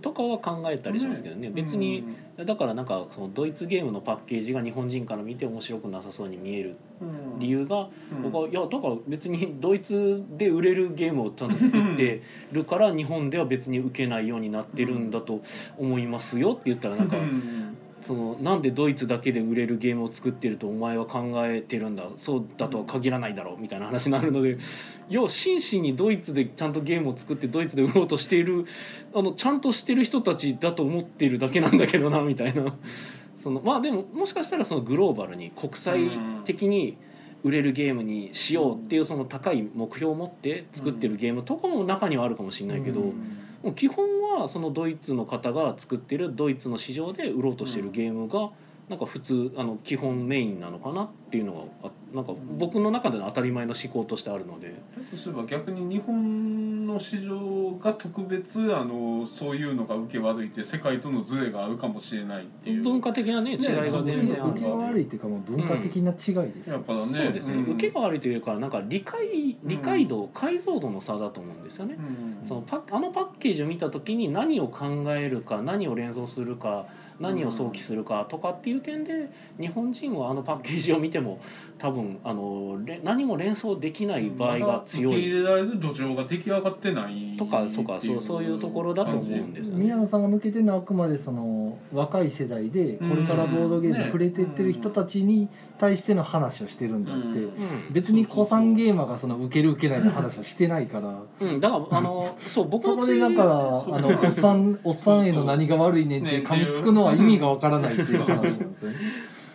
Speaker 1: とかは考えたりしますけどね別に、だからなんかそのドイツゲームのパッケージが日本人から見て面白くなさそうに見える
Speaker 3: うん
Speaker 1: 理、由が
Speaker 3: うん
Speaker 1: 僕はいやだから別にドイツで売れるゲームをちゃんと作ってるから日本では別に受けないようになってるんだと思いますよって言ったらなんか
Speaker 3: うん
Speaker 1: そのなんでドイツだけで売れるゲームを作ってるとお前は考えてるんだそうだとは限らないだろうみたいな話になるので <laughs> いや真摯にドイツでちゃんとゲームを作ってドイツで売ろうとしているあのちゃんとしてる人たちだと思ってるだけなんだけどなみ <laughs> たいなそのまあでももしかしたらそのグローバルに国際的に売れるゲームにしようっていうその高い目標を持って作ってるゲームとかも中にはあるかもしれないけど。
Speaker 3: うん
Speaker 1: もう基本はそのドイツの方が作ってるドイツの市場で売ろうとしてるゲームがなんか普通あの基本メインなのかなっていうのがあなんか僕の中での当たり前の思考としてあるので
Speaker 3: だとすれば逆に日本の市場が特別あのそういうのが受け悪いって世界とのズレがあるかもしれないっていう
Speaker 1: 文化的なね違い
Speaker 3: それ
Speaker 1: が
Speaker 3: は
Speaker 1: 全然あ
Speaker 3: の
Speaker 1: る
Speaker 2: 受けが
Speaker 1: の
Speaker 2: 悪い
Speaker 1: で。
Speaker 2: っていうかもう文化的な違いです
Speaker 3: や
Speaker 2: よ、
Speaker 3: っぱだね
Speaker 1: そうですね、
Speaker 3: ん
Speaker 1: 受けが悪いというかなんか理解理解度、解像度の差だと思うんですよね
Speaker 3: う、ん
Speaker 1: そのパッあのパッケージを見た時に何を考えるか何を連想するか何を想起するかとかっていう点で日本人はあのパッケージを見ても多分あのれ何も連想できない場合が強
Speaker 3: まだ受け
Speaker 1: い
Speaker 3: 入れられる土壌が出来上がってない
Speaker 1: とかそうかそうそういうところだと思うんですよね。
Speaker 2: 宮野さんが向けてるのはあくまでその若い世代でこれからボードゲームに触れてってる人たちに対しての話をしてるんだって、
Speaker 3: うん
Speaker 1: う
Speaker 2: 別に古参ゲーマーがその受ける受けないの話はしてないから
Speaker 1: ん、うん、だからあ
Speaker 2: <laughs>
Speaker 1: のそう僕
Speaker 2: そ
Speaker 1: の
Speaker 2: こ
Speaker 1: ツ
Speaker 2: で
Speaker 1: イ
Speaker 2: だからあ
Speaker 3: そう
Speaker 2: のおっさん <laughs> おっさんへの何が悪いねんって噛みつくのは意味がわからないっていう話なんですね。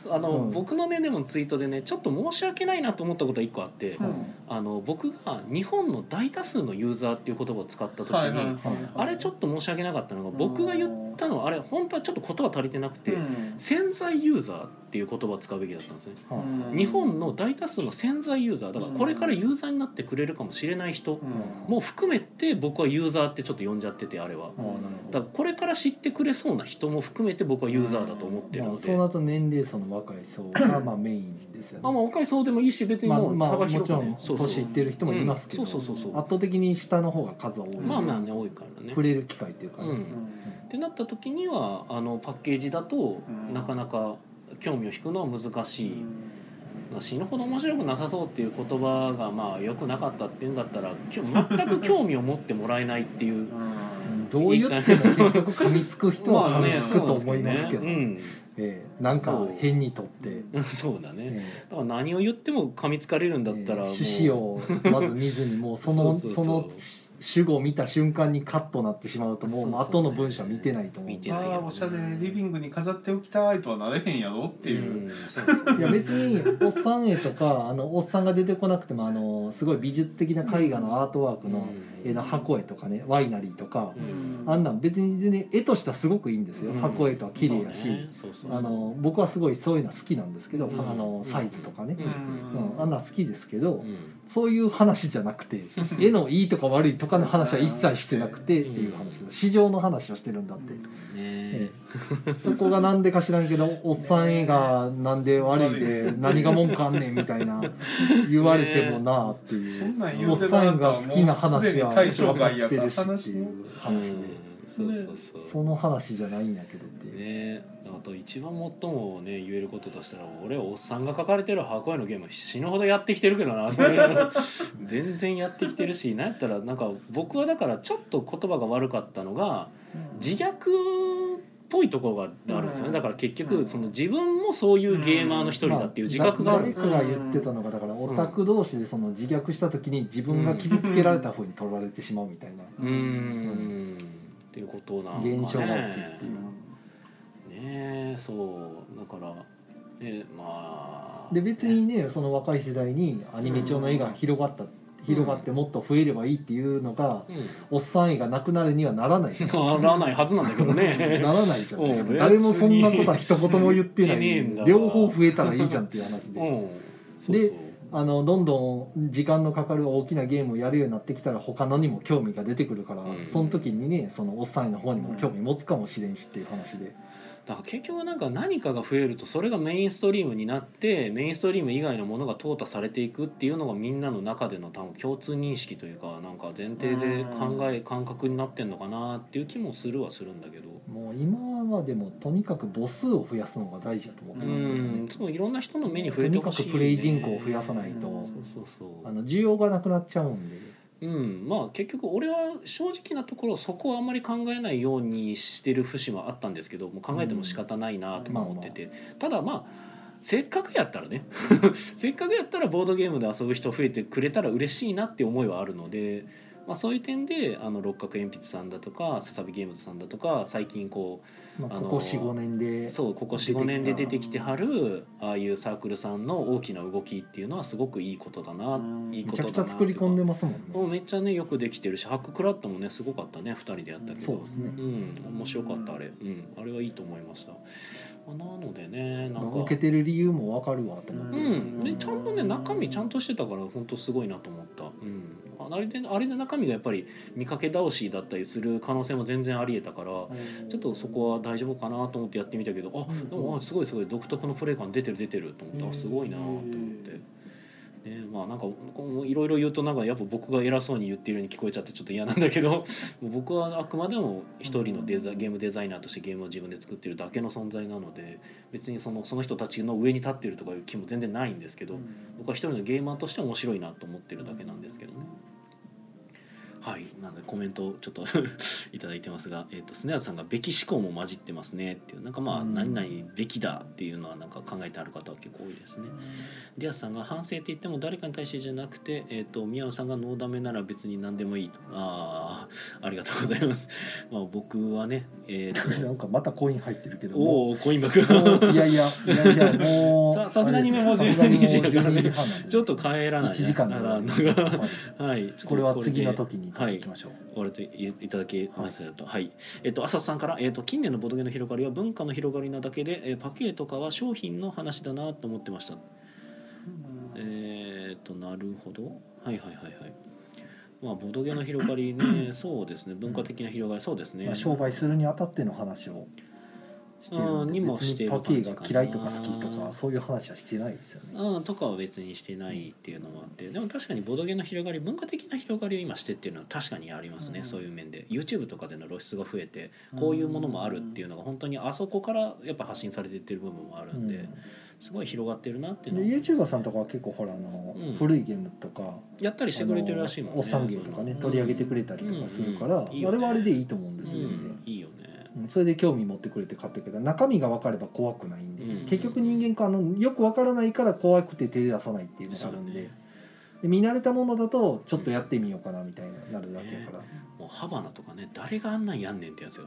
Speaker 1: あの、
Speaker 2: うん
Speaker 1: 僕のねでもツイートでねちょっと申し訳ないなと思ったことが一個あって、
Speaker 3: うん
Speaker 1: あの僕が日本の大多数のユーザーっていう言葉を使った時に、
Speaker 3: はいはいはい
Speaker 1: あれちょっと申し訳なかったのが僕が言ったのはあれ本当はちょっと言葉足りてなくて、
Speaker 3: うん
Speaker 1: 潜在ユーザーっていう言葉を <laughs> 使うべきだったんですね
Speaker 2: はい
Speaker 1: 日本の大多数の潜在ユーザーだからこれからユーザーになってくれるかもしれない人
Speaker 3: うん
Speaker 1: も含めて僕はユーザーってちょっと呼んじゃっててあれは
Speaker 3: あーなるほ
Speaker 1: だからこれから知ってくれそうな人も含めて僕はユーザーだと思ってる
Speaker 2: ま
Speaker 1: の
Speaker 2: あ、
Speaker 1: で
Speaker 2: そうなると年齢層の若い層がまあメインですよね。
Speaker 1: あまあ若い層でもいいし別に
Speaker 2: まあ、
Speaker 1: もう
Speaker 2: まあ、
Speaker 1: 幅
Speaker 2: もち
Speaker 1: 広
Speaker 2: ろ
Speaker 1: くね
Speaker 2: ん
Speaker 1: そうそう
Speaker 2: 年いってる人もいますけど、
Speaker 1: うんそうそうそうそう
Speaker 2: 圧倒的に下の方が数は多い、
Speaker 1: まあまあね多いからね
Speaker 2: 触れる機会っていうか、
Speaker 1: う
Speaker 3: うんん
Speaker 1: ってなった時にはあのパッケージだと
Speaker 3: うん
Speaker 1: なかなか興味を引くのは難しい、まあ、死ぬほど面白くなさそうっていう言葉がまあ良くなかったっていうんだったらきょ全く興味を持ってもらえないっていう
Speaker 2: <laughs>
Speaker 3: う
Speaker 2: うん
Speaker 3: ん
Speaker 2: どう言っても結局噛みつく人は
Speaker 1: まあ
Speaker 2: 噛
Speaker 1: ね
Speaker 2: みつ
Speaker 1: そう
Speaker 2: く
Speaker 1: なん
Speaker 2: と
Speaker 1: です
Speaker 2: 思いますけ
Speaker 1: け
Speaker 2: ど
Speaker 1: どね
Speaker 2: ええなんか変にとって、
Speaker 1: うん <laughs> そうだね
Speaker 2: ええ
Speaker 1: だから何を言っても噛みつかれるんだったらもう、
Speaker 2: 趣旨をまず見ずにもうその
Speaker 1: <laughs> そうそうそ
Speaker 2: そうの主語を見た瞬間にカッとなってしまうともう
Speaker 1: そうそう
Speaker 2: 後の文章見てないと思う
Speaker 1: 見て
Speaker 3: あ
Speaker 1: ない
Speaker 3: あおしゃれリビングに飾っておきたいとはなれへんやろっていう、
Speaker 1: んそうそう
Speaker 2: いや別におっさん絵
Speaker 1: <laughs>
Speaker 2: とかあのおっさんが出てこなくてもあのすごい美術的な絵画のアートワークの絵の箱絵とかねワイナリーとか
Speaker 1: うん
Speaker 2: あんなん別に全然絵としてはすごくいいんですよ
Speaker 1: うん
Speaker 2: 箱絵とは綺麗やし、
Speaker 1: そうねそうそうそう
Speaker 2: あの僕はすごいそういうのは好きなんですけど、
Speaker 1: うん
Speaker 2: あのサイズとかね、
Speaker 1: うん
Speaker 2: うんあんなん好きですけど、
Speaker 1: うん
Speaker 2: そういう話じゃなくて絵のいいとか悪いとかの話は一切してなくてっていう話です市場の話をしてるんだって、
Speaker 1: ねえ
Speaker 2: えそこがなんでか知らんけどおっさん映画なんで悪いで何が文句あんねんみたいな言われてもなあってい
Speaker 3: そ
Speaker 2: うん
Speaker 3: なん言
Speaker 2: お
Speaker 3: う
Speaker 2: ってさ
Speaker 3: なんん
Speaker 2: が
Speaker 3: か
Speaker 2: 好きな
Speaker 3: もうす
Speaker 2: 話
Speaker 3: でに
Speaker 2: は
Speaker 3: 対象
Speaker 2: 分か
Speaker 3: 外や
Speaker 2: っ
Speaker 3: か
Speaker 2: て
Speaker 3: ら
Speaker 2: るしって
Speaker 3: 話
Speaker 2: い
Speaker 3: の
Speaker 2: う話で
Speaker 1: そうそうそう
Speaker 2: その話じゃないんやけどっていう
Speaker 1: ねあと一番最もね言えることとしたら俺おっさんが書かれてる箱絵のゲーム死ぬほどやってきてるけど
Speaker 2: <laughs>
Speaker 1: な全然やってきてるしなんやったらなんか僕はだからちょっと言葉が悪かったのが自虐っぽいところがあるんですよね、
Speaker 3: うん
Speaker 1: だから結局その自分もそういうゲーマーの一人だっていう自覚があるんですよ、
Speaker 2: まあ誰かが言ってたのがだからオタク同士でその自虐した時に自分が傷つけられた風に取られてしまうみたいな
Speaker 1: うーんっていうことなんかね
Speaker 2: 現象が起きるっていう
Speaker 1: ねえそうだからねまあ
Speaker 2: で別にねその若い世代にアニメ調の絵が広がった広がってもっと増えればいいっていうのが
Speaker 1: うん
Speaker 2: おっさん絵がなくなるにはならないじゃないですか
Speaker 1: ならないはずなんだけど
Speaker 2: な <laughs>
Speaker 1: ね。
Speaker 2: らないじゃないです
Speaker 1: う
Speaker 2: か
Speaker 1: ん
Speaker 2: 誰もそんなことは一言も言ってな
Speaker 1: 言ってねえんだ
Speaker 2: い両方増えたらいいじゃんっていう話
Speaker 1: う
Speaker 2: で
Speaker 1: ん。そう
Speaker 2: であのどんどん時間のかかる大きなゲームをやるようになってきたら他のにも興味が出てくるから
Speaker 1: うん
Speaker 2: その時にねそのおっさん絵の方にも興味持つかもしれんしっていう話で
Speaker 1: そうだから結局なんか何かが増えるとそれがメインストリームになってメインストリーム以外のものが淘汰されていくっていうのがみんなの中での多分共通認識というかなんか前提で考え感覚になってんのかなっていう気もするはするんだけど。
Speaker 2: もう今はでもとにかく母数を増やすのが大事だと思っ
Speaker 1: う
Speaker 2: てますけどね
Speaker 1: ん、そういろんな人の目に
Speaker 2: と
Speaker 1: 触れて
Speaker 2: に
Speaker 1: ほ
Speaker 2: か
Speaker 1: しい、
Speaker 2: く
Speaker 1: ね。
Speaker 2: プレイ人口を増やさないと、
Speaker 3: うん
Speaker 1: そうそうそう。
Speaker 2: あの需要がなくなっちゃうんで
Speaker 1: うん、まあ結局俺は正直なところそこはあんまり考えないようにしてる節はあったんですけどもう考えても仕方ないなとか思ってて、ただまあせっかくやったらねせっかくやったらボードゲームで遊ぶ人増えてくれたら嬉しいなって思いはあるので、まあ、そういう点であの六角鉛筆さんだとかささびゲームズさんだとか最近こう
Speaker 2: まあ、
Speaker 1: あの
Speaker 2: ここ45年で
Speaker 1: そうここ
Speaker 2: 出てきた
Speaker 1: 45年で出てきてはるああいうサークルさんの大きな動きっていうのはすごくいいことだな、
Speaker 3: うん
Speaker 1: いい
Speaker 2: め
Speaker 1: こ
Speaker 2: ちゃ
Speaker 1: とだ
Speaker 2: くちゃ
Speaker 1: な
Speaker 2: 作り込んで
Speaker 1: も
Speaker 2: ますもんね、
Speaker 1: うめっちゃねよくできてるしハッククラットもねすごかったね2人でやったけど
Speaker 2: そうですね
Speaker 1: うん面白かったあれ、うん、あれはいいと思いました、まあなのでねなんか
Speaker 2: 受けてる理由もわかるわと思っ
Speaker 1: う
Speaker 2: て、
Speaker 1: ん、でちゃんとね中身ちゃんとしてたから本当すごいなと思った、うん、あれであれで中身がやっぱり見かけ倒しだったりする可能性も全然ありえたから、ちょっとそこは大丈夫かなと思ってやってみたけどあ
Speaker 3: うん
Speaker 1: でもあすごいすごい独特のプレー感出てる出てると思って
Speaker 3: う
Speaker 1: あ
Speaker 3: ん
Speaker 1: すごいなと思って。ね、まあなんかこういろいろ言うとなんかやっぱ僕が偉そうに言ってるように聞こえちゃってちょっと嫌なんだけどもう僕はあくまでも一人のデザゲームデザイナーとしてゲームを自分で作ってるだけの存在なので別にそのその人たちの上に立ってるとかいう気も全然ないんですけど僕は一人のゲーマーとして面白いなと思ってるだけなんですけどね。はい、なのでコメントをちょっと <laughs> いただいてますが、えっ、とスネアさんがべき思考も混じってますねっていうなんかまあ
Speaker 2: うん
Speaker 1: 何々べきだっていうのはなんか考えてある方は結構多いですね。ディアスさんが反省って言っても誰かに対してじゃなくて、えっ、と宮野さんがノーダメなら別に何でもいいと。ああ、ありがとうございます。 <laughs> まあ僕はね、えっ、
Speaker 2: <laughs> <laughs> なんかまたコイン入ってるけ
Speaker 1: と
Speaker 2: ども
Speaker 1: おおコインバック。
Speaker 2: ういやいやいやいやもう
Speaker 1: ささすがにねもう
Speaker 2: さすがに
Speaker 1: 12時だからね
Speaker 2: 12時半なん
Speaker 1: <laughs>
Speaker 2: で
Speaker 1: ちょっと帰らない、
Speaker 2: 1時間
Speaker 1: な
Speaker 2: な
Speaker 1: ら <laughs>
Speaker 2: ら、
Speaker 1: んのが。
Speaker 2: はい、
Speaker 1: はい、ちょっと
Speaker 2: これは次の
Speaker 1: で
Speaker 2: 時に行きましょう、
Speaker 1: 終わりといいただきましたと、はいえっと浅田さんから、えっと「近年のボドゲの広がりは文化の広がりなだけで、えーパケとかは商品の話だなと思ってました」えっとなるほどはいはいはいはいまあボドゲの広がり
Speaker 2: <clears throat>
Speaker 1: ねそうですね文化的な広がりそうですね、
Speaker 2: まあ、商売するにあたっての話をしてる
Speaker 1: うん
Speaker 2: ん
Speaker 1: に
Speaker 2: で
Speaker 1: も
Speaker 2: 別
Speaker 1: してる
Speaker 2: にパ
Speaker 1: 感
Speaker 2: ケ
Speaker 1: じかな
Speaker 2: が嫌いとか好きとかそういう話はしてないですよね
Speaker 1: うん、とかは別にしてないっていうのもあってでも確かにボドゲの広がり文化的な広がりを今してっていうのは確かにありますね、
Speaker 3: うん
Speaker 1: そういう面で YouTube とかでの露出が増えてこういうものもあるっていうのが本当にあそこからやっぱ発信されていってる部分もあるんで、
Speaker 2: うん
Speaker 1: すごい広がってるなっていう
Speaker 2: で
Speaker 1: のは
Speaker 2: YouTuber さんとかは結構ほらあの、
Speaker 1: うん
Speaker 2: 古いゲームとか
Speaker 1: やったりしてくれてるらしいもんね
Speaker 2: あのおっさんゲームとかね
Speaker 1: そういうの
Speaker 2: 取り上げてくれたりとかするから、
Speaker 1: うんうんいいよ
Speaker 2: あ
Speaker 1: ね
Speaker 2: れはあれでいいと思うんです
Speaker 1: う
Speaker 2: よね、
Speaker 1: んいいよね
Speaker 2: うんそれで興味持ってくれて買ってくれた中身が分かれば怖くないんで、
Speaker 1: うん
Speaker 2: 結局人間かあのよく分からないから怖くて手出さないっていうのがあるんで,、
Speaker 1: そうだね
Speaker 2: で見慣れたものだとちょっとやってみようかなみたいになるだけやから、
Speaker 1: もうハバナとかね誰があんなんやんねんってやつが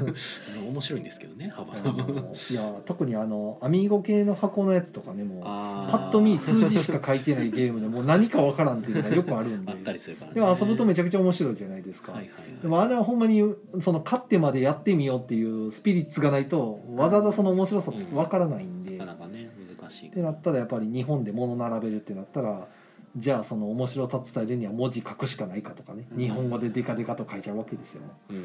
Speaker 2: <laughs>
Speaker 1: 面白いんですけどねハバ
Speaker 2: あ
Speaker 1: ナ
Speaker 2: のいや特にあのアミーゴ系の箱のやつとかねもう
Speaker 1: あー
Speaker 2: パッと見数字しか書いてないゲームでもう何か分からんっていうのがよくあるん
Speaker 1: あ
Speaker 2: で
Speaker 1: ったりするからね
Speaker 2: でも遊ぶとめちゃくちゃ面白いじゃないですか、
Speaker 1: はいはい
Speaker 2: で
Speaker 1: はい
Speaker 2: もあれはほんまにその勝ってまでやってみようっていうスピリッツがないとわざわざその面白さわからないんで、
Speaker 1: なか
Speaker 2: っ
Speaker 1: なかね難しい
Speaker 2: てなったらやっぱり日本で物並べるってなったらじゃあその面白さ伝えるには文字書くしかないかとかね、
Speaker 1: うん
Speaker 2: 日本語でデカデカと書いちゃうわけですよ、も
Speaker 1: うん
Speaker 2: う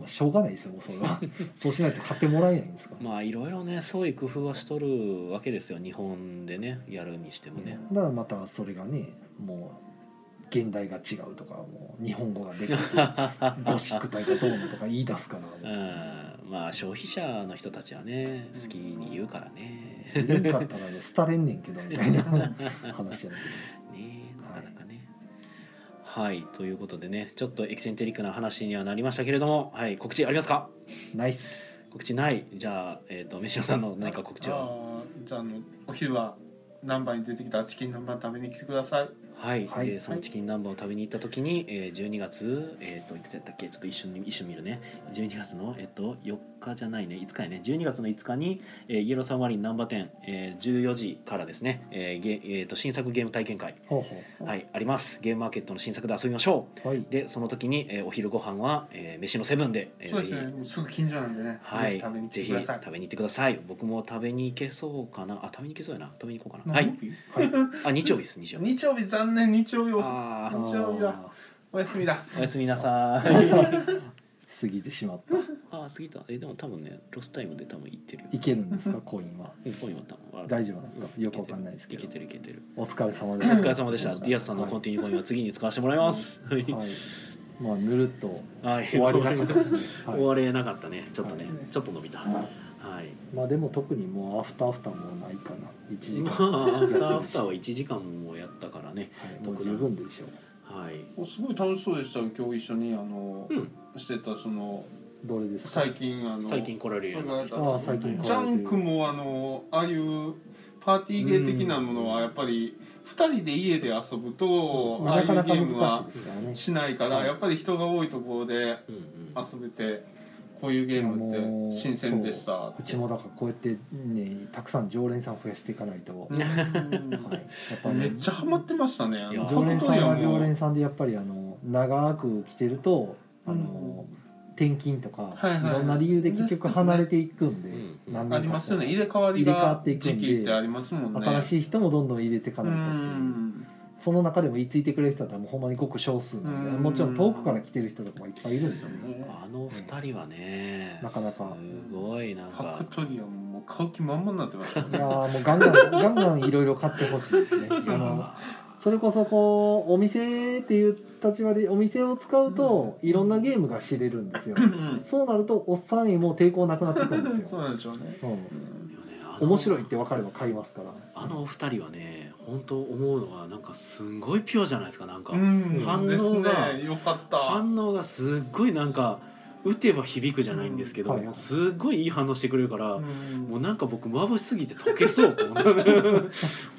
Speaker 2: まあ、しょうがないですよもうそれ
Speaker 1: <laughs>
Speaker 2: はそうしないと買ってもらえないんですから、
Speaker 1: まあいろいろねそういう工夫はしとるわけですよ日本でねやるにしてもね。
Speaker 2: だからまたそれがねもう現代が違うとかもう日本語がでかくて
Speaker 1: <laughs>
Speaker 2: ゴシック体がどうのとか言い出すからも
Speaker 1: う、
Speaker 2: うん
Speaker 1: まあ消費者の人たちはね好きに言うからね。
Speaker 2: 言うんかったらね廃れんねんけどみ
Speaker 1: <laughs>
Speaker 2: たいな話やね
Speaker 1: ねなかなかね。はい、ということでねちょっとエキセンテリックな話にはなりましたけれども、はい、告知ありますか
Speaker 2: ナイス
Speaker 1: 告知ないじゃあ、えー、と飯野さんの何か告知は
Speaker 3: あーじゃああのお昼は何番に出てきたチキン南蛮食べに来てください
Speaker 1: はい、
Speaker 2: はい
Speaker 1: でそのチキン南蛮を食べに行った時に、えー、12月えっ、といつやったっけちょっと一瞬一瞬見るね12月のえっ、と4日じゃないね5日やね12月の5日に、えー、イエローサンワリン南蛮店、えー、14時からですね、えーゲえー、と新作ゲーム体験会
Speaker 2: ほうほう
Speaker 1: はいありますゲームマーケットの新作で遊びましょう
Speaker 2: はい
Speaker 1: でその時に、えー、お昼ご飯は、えー、飯のセブンで、えー
Speaker 3: そうですねもうすぐ近所なんでね、
Speaker 1: はい
Speaker 3: ぜひ食べに、来
Speaker 1: ぜ
Speaker 3: て
Speaker 1: ひ
Speaker 3: ください
Speaker 1: 食べに行ってください。僕も食べに行けそうかな。あ、食べに行けそうやな。食べに行こうかな。は
Speaker 3: 何曜
Speaker 1: い。
Speaker 3: 日
Speaker 1: あ、日曜日です。日曜日。
Speaker 3: 日曜日残念日曜日お
Speaker 1: あ
Speaker 3: 日曜日だ
Speaker 2: あ
Speaker 3: お休みだ
Speaker 1: ーおやすみなさい。
Speaker 2: ー過ぎてしまった
Speaker 1: あー、過ぎた。え、でも多分ね、ロスタイムで多分行ってるよ。
Speaker 2: いけるんですかコインは
Speaker 1: うん、今多分。
Speaker 2: 大丈夫なんですかよくわかんないですけ
Speaker 1: いけ
Speaker 2: ど
Speaker 1: てるいけてる。
Speaker 2: お疲れ様
Speaker 1: お
Speaker 2: でした
Speaker 1: 疲れ様でした。ディアスさんのコンテ
Speaker 2: テ
Speaker 1: ィニューコインは次に使わせてもらいます。 <laughs> はい。
Speaker 2: はい、はい、まあぬるっと
Speaker 1: はい
Speaker 2: 終わりなかったですね、
Speaker 1: <laughs> 終
Speaker 2: は
Speaker 1: われなかったね。ちょっとね
Speaker 2: はい、
Speaker 1: ちょっと伸びた。はい。
Speaker 2: い、まあでも特にもうアフターアフターもないかな1時
Speaker 1: ま
Speaker 2: 間、
Speaker 1: あ、アフターアフターは1時間もやったからね。
Speaker 2: はい、もう十分でしょう
Speaker 1: はい。
Speaker 3: おすごい楽しそうでした今日一緒にあの
Speaker 1: うん。
Speaker 3: してたその
Speaker 2: どれですか
Speaker 3: 最近あの
Speaker 1: 最近来られるようになってきた
Speaker 2: あー最近来られる
Speaker 3: ジャンクもあのああいうパーティーゲー的なものはやっぱり2人で家で遊ぶと
Speaker 2: ま
Speaker 3: ああ
Speaker 2: あ
Speaker 3: い
Speaker 2: な
Speaker 3: う
Speaker 2: かな
Speaker 3: ゲ
Speaker 2: か
Speaker 3: ームは
Speaker 2: 難しいですからね
Speaker 3: しないから
Speaker 2: はい
Speaker 3: やっぱり人が多いところで
Speaker 1: うんうん
Speaker 3: 遊べてこういうゲームって新鮮でしたっ
Speaker 2: う
Speaker 3: て
Speaker 2: ちもだからこうやってねたくさん常連さん増やしていかないと、
Speaker 3: う
Speaker 2: はい、
Speaker 3: ん
Speaker 2: やっぱね
Speaker 3: めっちゃハマってましたねあ
Speaker 1: いや
Speaker 3: の
Speaker 2: 常連さんは常連
Speaker 3: は
Speaker 2: さんでやっぱりあの長く来てるとあの、転勤とか、
Speaker 3: はい
Speaker 2: い
Speaker 3: はい
Speaker 2: ろんな理由で結局離れていくんで、
Speaker 1: うん
Speaker 2: 何
Speaker 3: あ
Speaker 2: 年
Speaker 3: り
Speaker 2: か
Speaker 3: ます
Speaker 2: した
Speaker 3: よ
Speaker 2: ら
Speaker 3: ね入れ替わり
Speaker 2: 入れ替わ
Speaker 3: が
Speaker 2: ってい
Speaker 3: 時
Speaker 2: くんで
Speaker 3: 期ってありますもんね
Speaker 2: 新しい人もどんどん入れていか
Speaker 3: う
Speaker 2: ないとっていう。
Speaker 3: ん
Speaker 2: その中でもいついてくれる人はもうほんまにごく少数なんで
Speaker 3: うん
Speaker 2: もちろん遠くから来てる人とかもいっぱいいるんですよ
Speaker 1: あの二人はね、
Speaker 2: うんなかなか
Speaker 1: すごいなん
Speaker 3: ファ
Speaker 1: か
Speaker 3: ク。トリアンもう買う気満々になってました
Speaker 2: いや
Speaker 3: ね
Speaker 2: ーもうガンガンガンガンいろいろ買ってほしいです <laughs> ねあのそれこそこうお店っていう立場でお店を使うといろんなゲームが知れるんですよ
Speaker 3: うん
Speaker 2: そうなるとおっさんにも抵抗なくなってくるんです
Speaker 3: <laughs> そ
Speaker 2: よ
Speaker 3: う、なんでしょうね
Speaker 2: うん、
Speaker 1: いいよねあの
Speaker 2: 面白いって分かれば買いますから
Speaker 1: あのお二人はね、本当思うのはなんかすんごいピュアじゃないですか。なんか、
Speaker 3: うん
Speaker 1: 反応が
Speaker 3: ですねよかった
Speaker 1: 反応がすっごいなんか打てば響くじゃないんですけど、
Speaker 2: うんはい
Speaker 1: もうすっごいいい反応してくれるから。
Speaker 3: うん
Speaker 1: もうなんか僕眩しすぎて溶けそうと思
Speaker 2: <laughs>
Speaker 1: ったお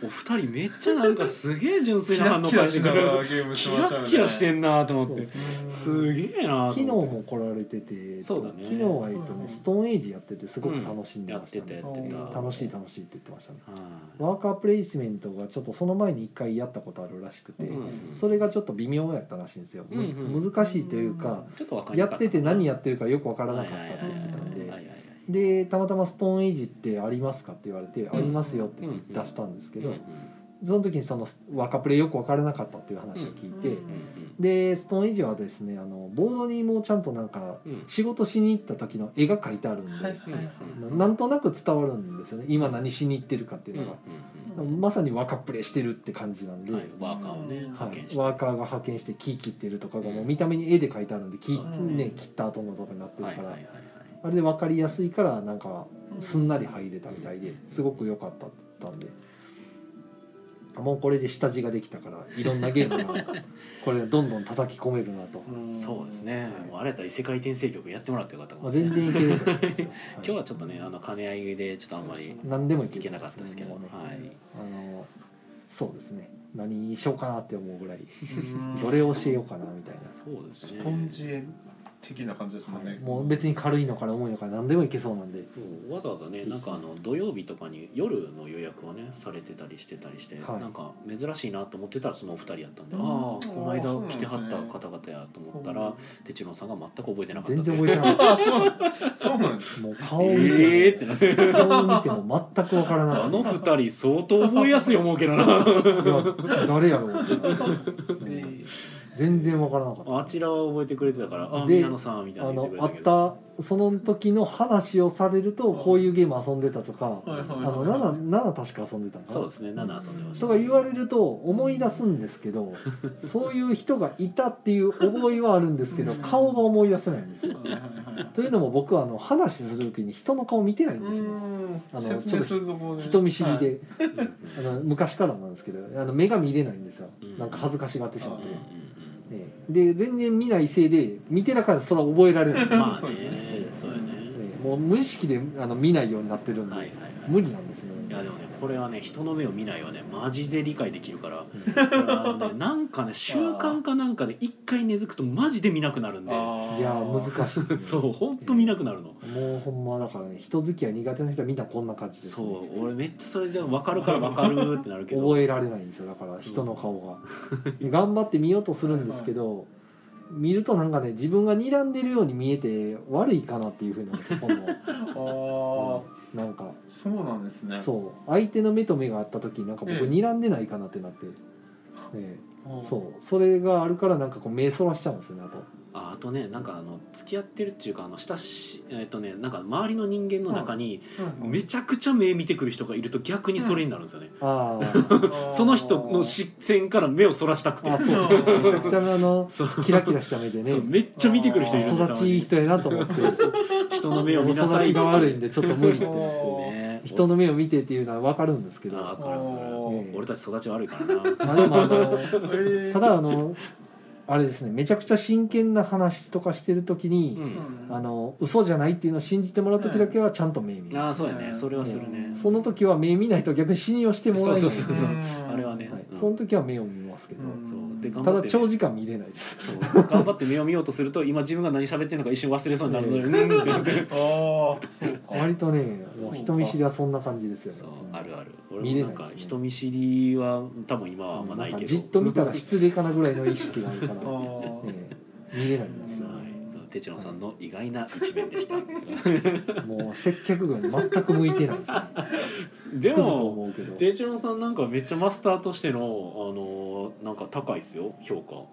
Speaker 1: 二人めっちゃなんかすげえ純粋な反応返してくれる
Speaker 3: ゲームし
Speaker 1: キ
Speaker 3: ました
Speaker 1: ラ
Speaker 3: よね
Speaker 1: ッキラしてんなと思って
Speaker 3: うん
Speaker 1: すげえなと思って
Speaker 2: 昨日も来られてて
Speaker 1: そうだね
Speaker 2: 昨日はえっとねストーンエイジやっててすごく楽しんで
Speaker 1: や
Speaker 2: ま
Speaker 1: っ
Speaker 2: した
Speaker 1: て
Speaker 2: ね、
Speaker 1: たやってた
Speaker 3: うん
Speaker 2: 楽しい楽しいって言ってましたね
Speaker 1: はい
Speaker 2: ワーカープレイスメントがちょっとその前に一回やったことあるらしくて、
Speaker 1: うん
Speaker 2: それがちょっと微妙やったらしいんですよ、む
Speaker 1: うんうん
Speaker 2: 難しいというか、
Speaker 1: ちょっとわかんな
Speaker 2: や
Speaker 1: か
Speaker 2: ったてて何やってるかよくわからなかったって言ってたん
Speaker 1: はいはいはい
Speaker 2: で
Speaker 1: はいはい
Speaker 2: でたまたま「ストーンエイジってありますか?」って言われて「ありますよ」って出したんですけど、
Speaker 1: うんうん
Speaker 2: その時にそのワーカープレイよくわからなかったっていう話を聞いて、
Speaker 4: うん
Speaker 1: うん
Speaker 2: でストーンエイジはですねあのボードにもうちゃんとなんか
Speaker 1: うんうん
Speaker 2: 仕事しに行った時の絵が描いてあるんで、
Speaker 3: はいはいはい
Speaker 2: なんとなく伝わるんですよね今何しに行ってるかっていうのが。まさにワーカープレイしてるって感じなんで、
Speaker 1: は
Speaker 2: はいい、
Speaker 1: ワーカーをね
Speaker 3: うん
Speaker 1: 派遣して
Speaker 2: ワーカーが派遣して木切ってるとかがも
Speaker 1: う
Speaker 2: うん見た目に絵で描いてあるんで木、
Speaker 1: そう
Speaker 3: ですね
Speaker 2: ね、切った後のとかになってる
Speaker 1: は
Speaker 2: か
Speaker 1: い
Speaker 2: ら、
Speaker 1: はいはいはい
Speaker 2: あれで分かりやすいからなんかすんなり入れたみたい
Speaker 1: うん
Speaker 2: ですごく良かったって言ったんで。もうこれで下地ができたからいろんなゲームがこれどんどん叩き込めるなと、
Speaker 3: うん
Speaker 1: そうですね
Speaker 2: はい
Speaker 1: もうあれやったら異世界転生曲やってもらってよかったかも
Speaker 2: まあ、
Speaker 1: しれ
Speaker 2: 全
Speaker 1: ない
Speaker 2: 然いけると思
Speaker 1: <laughs>
Speaker 2: いますよ、
Speaker 1: 今日はちょっとねあの兼ね合いでちょっとあんまり
Speaker 2: 何でもいけ
Speaker 1: い
Speaker 2: る
Speaker 1: けなかったですけど
Speaker 2: もうね
Speaker 1: はい
Speaker 2: あのそうですね何にしようかなって思うぐらい
Speaker 3: うん
Speaker 2: どれを教えようかなみたいな
Speaker 1: そうです
Speaker 3: ス
Speaker 1: ね
Speaker 3: ポンジ的な感じですもんね。
Speaker 2: もう別に軽いのから重いのから何でもいけそうなんで
Speaker 1: わざわざねなんかあの土曜日とかに夜の予約をねされてたりしてたりして、
Speaker 2: はい
Speaker 1: なんか珍しいなと思ってたらそのお二人やったんで、
Speaker 3: うん
Speaker 1: ああこの
Speaker 3: あーそうなん
Speaker 1: 間
Speaker 3: です
Speaker 1: 来
Speaker 3: ね
Speaker 1: てはった方々やと思ったら哲郎さんが全く覚えてなかった
Speaker 2: 全然
Speaker 1: え
Speaker 2: 覚えてなかっ
Speaker 3: あ、そうなんです。そうなんです。
Speaker 2: たもう顔を見
Speaker 1: えー、ってて
Speaker 2: も、
Speaker 1: なって
Speaker 2: 顔を見ても全くわからな
Speaker 1: あ
Speaker 2: かっ
Speaker 1: の二人相当覚えやすい思うけどな
Speaker 2: たいや誰やろうって全然わからなかった
Speaker 1: あちらは覚えてくれてたから「あ
Speaker 2: で
Speaker 1: 宮野さん」みたい
Speaker 2: あ
Speaker 1: なの言っ
Speaker 2: の
Speaker 1: てくれた
Speaker 2: あ
Speaker 1: け
Speaker 2: っ
Speaker 1: ど
Speaker 2: たその時の話をされるとこういうゲーム遊んでたとか
Speaker 3: はいはい
Speaker 2: あ
Speaker 3: はい
Speaker 2: の7 7確か遊んでたんだ
Speaker 1: そうですね7遊んでました
Speaker 2: とか言われると思い出すんです
Speaker 1: <laughs>
Speaker 2: けどそういう人がいたっていう覚えはあるんですけど顔が思い出せないんですよ。
Speaker 3: はいはいはい
Speaker 2: というのも僕はあの話する時に人の顔見てないんですよ。あ
Speaker 3: うー
Speaker 2: の
Speaker 3: ん説明するところで
Speaker 2: 人見知りで、
Speaker 1: うんうん
Speaker 2: あの昔からなんですけどあの目が見れないんですよ
Speaker 1: うん
Speaker 2: なんか恥ずかしがってしまっ
Speaker 3: あ
Speaker 2: て
Speaker 1: うんうん
Speaker 2: ええで全然見ないせいで見てなかったらそれは覚えられないんです
Speaker 1: うん
Speaker 2: よ、
Speaker 1: まあ
Speaker 3: そうです
Speaker 1: ね
Speaker 2: ね
Speaker 1: そうよね
Speaker 2: ええもう無意識であの見ないようになってるんで、
Speaker 1: はいはいはい
Speaker 2: 無理なんですね
Speaker 1: いやでもねこれはね人の目を見ないはねマジで理解できるからこれあの
Speaker 3: <laughs>
Speaker 1: ねなんかね習慣かなんかで一回根付くとマジで見なくなるんで
Speaker 3: あー
Speaker 2: いや難しいです、
Speaker 1: <laughs>
Speaker 2: ね、
Speaker 1: そうほんと見なくなるの
Speaker 2: もうほんまだからね人付き合い苦手な人はみんなこんな感じです、
Speaker 1: そ
Speaker 2: ね、
Speaker 1: う俺めっちゃそれじゃ分かるから分かるってなるけ
Speaker 2: <laughs>
Speaker 1: ど
Speaker 2: 覚えられないんですよだから人の顔が頑張って見ようとするんですけど見るとなんかね自分が睨んでるように見えて悪いかなっていうふうになるんですよ今度
Speaker 3: あー
Speaker 2: なんか
Speaker 3: そうなんですね
Speaker 2: そう相手の目と目があった時なんか僕
Speaker 3: ええ
Speaker 2: 睨んでないかなってなって、ええ
Speaker 3: あー
Speaker 2: そうそれがあるからなんかこう目そらしちゃうんですよねあと
Speaker 1: ああとねなんかあの付き合ってるっていうかあの親しえっとねなんか周りの人間の中に
Speaker 3: うん
Speaker 1: めちゃくちゃ目見てくる人がいると逆にそれになるんですよね
Speaker 2: あー
Speaker 3: <laughs>
Speaker 1: その人の視線から目をそらしたくて
Speaker 2: あそうめちゃくちゃあの
Speaker 1: そう
Speaker 2: キラキラした目でね
Speaker 1: そうめっちゃ見てくる人いるんだ
Speaker 2: 育ちいい人やなと思って
Speaker 1: 人の目を見なさ
Speaker 2: 育
Speaker 1: い
Speaker 2: ちが悪いんでちょっと無理って
Speaker 3: あー
Speaker 1: ね
Speaker 2: 人の目を見てっていうのは分かるんですけど
Speaker 1: ああ分
Speaker 2: ま
Speaker 1: かる分かる
Speaker 2: ええ
Speaker 1: 俺たち育ち悪いからな
Speaker 2: あでもあの
Speaker 3: えー
Speaker 2: ただあのあれですねめちゃくちゃ真剣な話とかしてる時
Speaker 1: う
Speaker 2: に、
Speaker 1: ん
Speaker 2: あの嘘じゃないっていうのを信じてもらう時だけはちゃんと目見る、
Speaker 1: ああそうやねそれはする
Speaker 3: う
Speaker 1: ね
Speaker 3: ん
Speaker 2: その時は目見ないと逆に信用してもらえない
Speaker 1: そうそうそう
Speaker 3: うん
Speaker 1: あれはね
Speaker 2: はい
Speaker 1: うん
Speaker 2: その時は目を見ますけど、
Speaker 3: うん
Speaker 1: そうで頑
Speaker 2: た
Speaker 1: 張っ
Speaker 2: だ
Speaker 1: て
Speaker 2: 長時間見れないです
Speaker 1: そう頑張って目を見ようとすると今自分が何喋ってるのか一瞬忘れそうになるのでうんってなって
Speaker 3: あーそうか
Speaker 2: 割とねもう人見知りはそんな感じですよね
Speaker 1: そう
Speaker 2: うん
Speaker 1: あるある
Speaker 2: 見
Speaker 1: 俺
Speaker 2: れ
Speaker 1: も
Speaker 2: な
Speaker 1: ないん
Speaker 2: ですね
Speaker 1: か人見知りは多分今はあんまない
Speaker 2: なん
Speaker 1: け
Speaker 2: か
Speaker 1: ど
Speaker 2: じっと見たら失礼かなぐらいの意識がある
Speaker 1: <laughs>
Speaker 2: から、
Speaker 3: あー
Speaker 2: ええ見れないんですよ、
Speaker 1: はいそうてちのさんの意外な一面でした
Speaker 2: もう接客業に全く向いてないですね
Speaker 1: <laughs> で
Speaker 2: つくづく
Speaker 1: も
Speaker 2: 思うけど
Speaker 1: てちのさんなんかめっちゃマスターとしてのあのなんか高いですよ評価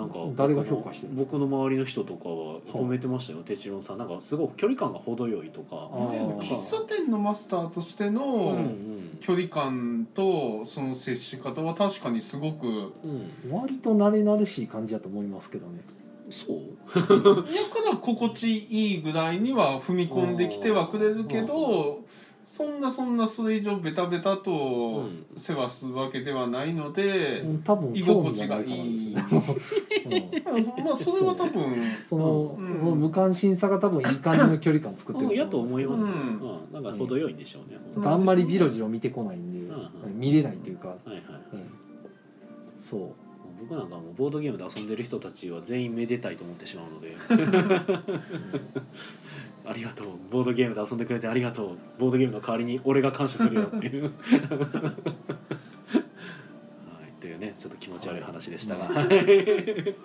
Speaker 1: なんか
Speaker 2: 誰が評価してるんです
Speaker 1: 僕の周りの人とかは褒めてましたよてちのさんなんかすごく距離感が程よいとか
Speaker 2: あー
Speaker 3: 喫茶店のマスターとして
Speaker 1: うんう
Speaker 3: の
Speaker 1: ん
Speaker 3: 距離感とその接し方は確かにすごく
Speaker 1: うん
Speaker 2: 割と慣れ慣れしい感じだと思いますけどね
Speaker 1: そう
Speaker 3: だから心地いいぐらいには踏み込んできてはくれるけどそんなそんなそれ以上ベタベタと
Speaker 1: うん
Speaker 3: 世話するわけではないので、
Speaker 1: うん
Speaker 2: 多分興味がないからですねうん
Speaker 3: まあそれは多分。
Speaker 2: その,、
Speaker 3: うん
Speaker 2: その無関心さが多分いい感じの距離感作って
Speaker 1: うん、や
Speaker 2: る
Speaker 1: と思い
Speaker 2: い
Speaker 1: ま
Speaker 2: ますす
Speaker 1: よ、
Speaker 3: う
Speaker 1: うんなんか程よいんでしょうね、
Speaker 2: けどあんまりジロジロ見てこないんで、
Speaker 1: うん
Speaker 2: 見れないというか、
Speaker 1: はいはい
Speaker 2: うんそう
Speaker 1: 僕なんかもうボードゲームで遊んでる人たちは全員めでたいと思ってしまうのでありがとうボードゲームで遊んでくれてありがとうボードゲームの代わりに俺が感謝するよっていうはいというねちょっと気持ち悪い話でしたが、
Speaker 2: は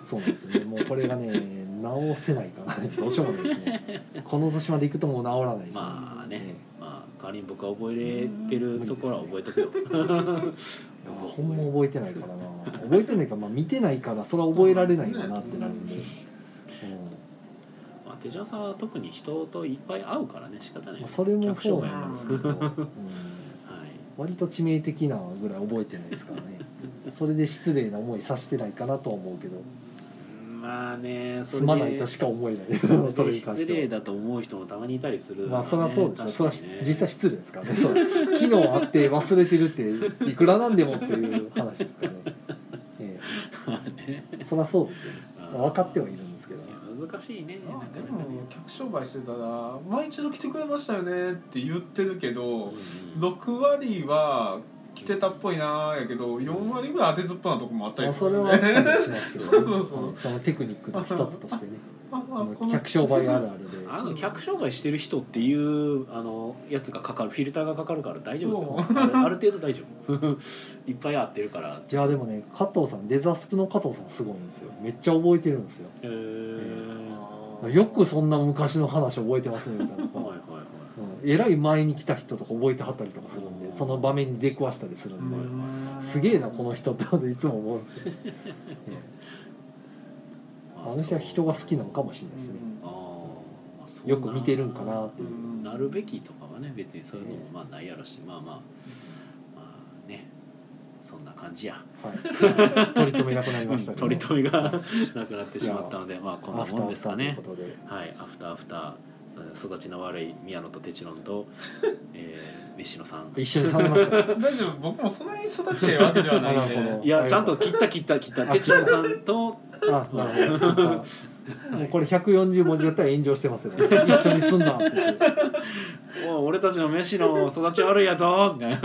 Speaker 2: そうなんですねもうこれがね直せないからねどうしようもないですねこの年までいくともう治らないですね、
Speaker 1: まあね
Speaker 2: え
Speaker 1: まあ代わりに僕は覚えれてるところは覚えとくよ
Speaker 2: えまあほんま覚えてないからな覚えてないか、まあ、見てないからそれは覚えられないかなってなるんで、うん
Speaker 1: まあ、手錠さんは特に人といっぱい会うからね仕方ない
Speaker 2: ま
Speaker 1: よ
Speaker 2: あ、それも
Speaker 1: 客商
Speaker 2: そう
Speaker 1: 売や
Speaker 2: な
Speaker 1: か
Speaker 2: んですけど、うん、
Speaker 1: らはい
Speaker 2: 割と致命的なぐらい覚えてないですからねそれで失礼な思いさせてないかなとは思うけど
Speaker 1: まあねそ
Speaker 2: す
Speaker 1: れで
Speaker 2: まないとしか思えないそれに関
Speaker 1: 失
Speaker 2: して
Speaker 1: 礼
Speaker 2: は。
Speaker 1: だと思う人もたまにいたりする
Speaker 2: まあそ
Speaker 1: れ
Speaker 2: り
Speaker 1: は
Speaker 2: ゃそうでしょ、それは実際失礼ですからねそれ昨日あって忘れてるっていくらなんでもっていう話ですからね、ええ、そりゃそうですよ、まあ分かってはいるんですけど
Speaker 1: 難しいねな
Speaker 3: ま
Speaker 1: か
Speaker 3: あで
Speaker 1: なかね
Speaker 3: も客商売してたら「毎一度来てくれましたよね」って言ってるけど
Speaker 1: うん
Speaker 3: 6割は来てたっぽいなーやけど4割ぐらい当てずっぽなとこもあった
Speaker 2: ま
Speaker 3: り
Speaker 2: あ
Speaker 3: す
Speaker 2: それ
Speaker 3: <laughs> る
Speaker 2: はあ
Speaker 3: よ
Speaker 2: ったり
Speaker 3: ね。
Speaker 2: しますけどね
Speaker 3: そうそう
Speaker 2: そのテクニックの一つとしてねあの
Speaker 3: の
Speaker 2: 客商売あるあるで
Speaker 1: あの客商売してる人っていうあのやつがかかるフィルターがかかるから大丈夫ですよ
Speaker 3: そ
Speaker 1: あるある程度大丈夫 <laughs> いっぱい合ってるから
Speaker 2: いやでもね加藤さんデザスプの加藤さんすごいんですよめっちゃ覚えてるんですよ
Speaker 1: えー
Speaker 2: よくそんな昔の話覚えてますねみたいな、
Speaker 1: はいはいはい
Speaker 2: うん、えらい前に来た人とか覚えてはったりとかするん
Speaker 1: うん
Speaker 2: でその場面に出くわしたりするんで、
Speaker 3: うん
Speaker 2: すげえなこの人っていつも思うんですよあの人は人が好きなのかもしれないですね、
Speaker 1: あーあそう
Speaker 2: よく見てるんかなって
Speaker 3: う
Speaker 2: いうん
Speaker 1: なるべきとかはね別にそういうのもまあないやろしまあまあまあねそんな感じや
Speaker 2: はい、取り留めなくなりましたけど
Speaker 1: <laughs> 取り留めがなくなってしまったのでまあこんな
Speaker 2: アフタ
Speaker 1: もん
Speaker 2: ー
Speaker 1: です
Speaker 2: さ
Speaker 1: か
Speaker 2: んとい
Speaker 1: ね
Speaker 2: うことで
Speaker 1: はいアフターアフター育ちの悪い宮野とテチロンと、えー、飯野さん
Speaker 2: 一緒に食べましたね
Speaker 3: 大丈夫僕もそんなに育ちがいいわけではないんで
Speaker 2: なるほ
Speaker 1: いやちゃんと切った切った切った
Speaker 2: あ
Speaker 1: テチロンさんと、
Speaker 2: あなるほども
Speaker 1: は
Speaker 2: う
Speaker 1: い
Speaker 2: これ140文字だったら炎上してますよね一緒にすんなって
Speaker 3: <laughs>
Speaker 2: 言って
Speaker 1: おい俺たちの飯野育ち悪いやとみたいな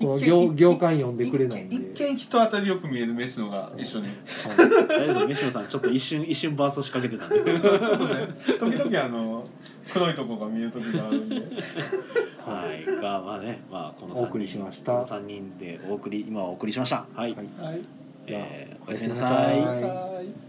Speaker 2: この行行間読んでくれないんで
Speaker 3: 一見一見人当たりよく見える飯野が一緒 <laughs> に
Speaker 2: はい
Speaker 1: 大丈夫飯野さんちょっと一
Speaker 2: <laughs>
Speaker 1: 瞬一瞬バースト仕掛けてたんで
Speaker 3: ちょっとね時々あの黒いとこが見える時があるんで
Speaker 1: はい、がまあね、まあこの
Speaker 2: お送りしました
Speaker 1: この三人でお送り今はお送りしました。はい。
Speaker 2: はい
Speaker 3: はい
Speaker 1: えーお
Speaker 2: お
Speaker 1: や
Speaker 2: や
Speaker 1: す
Speaker 2: す
Speaker 1: み
Speaker 2: み
Speaker 1: なさ
Speaker 2: なさ
Speaker 1: い
Speaker 2: い。
Speaker 3: さあ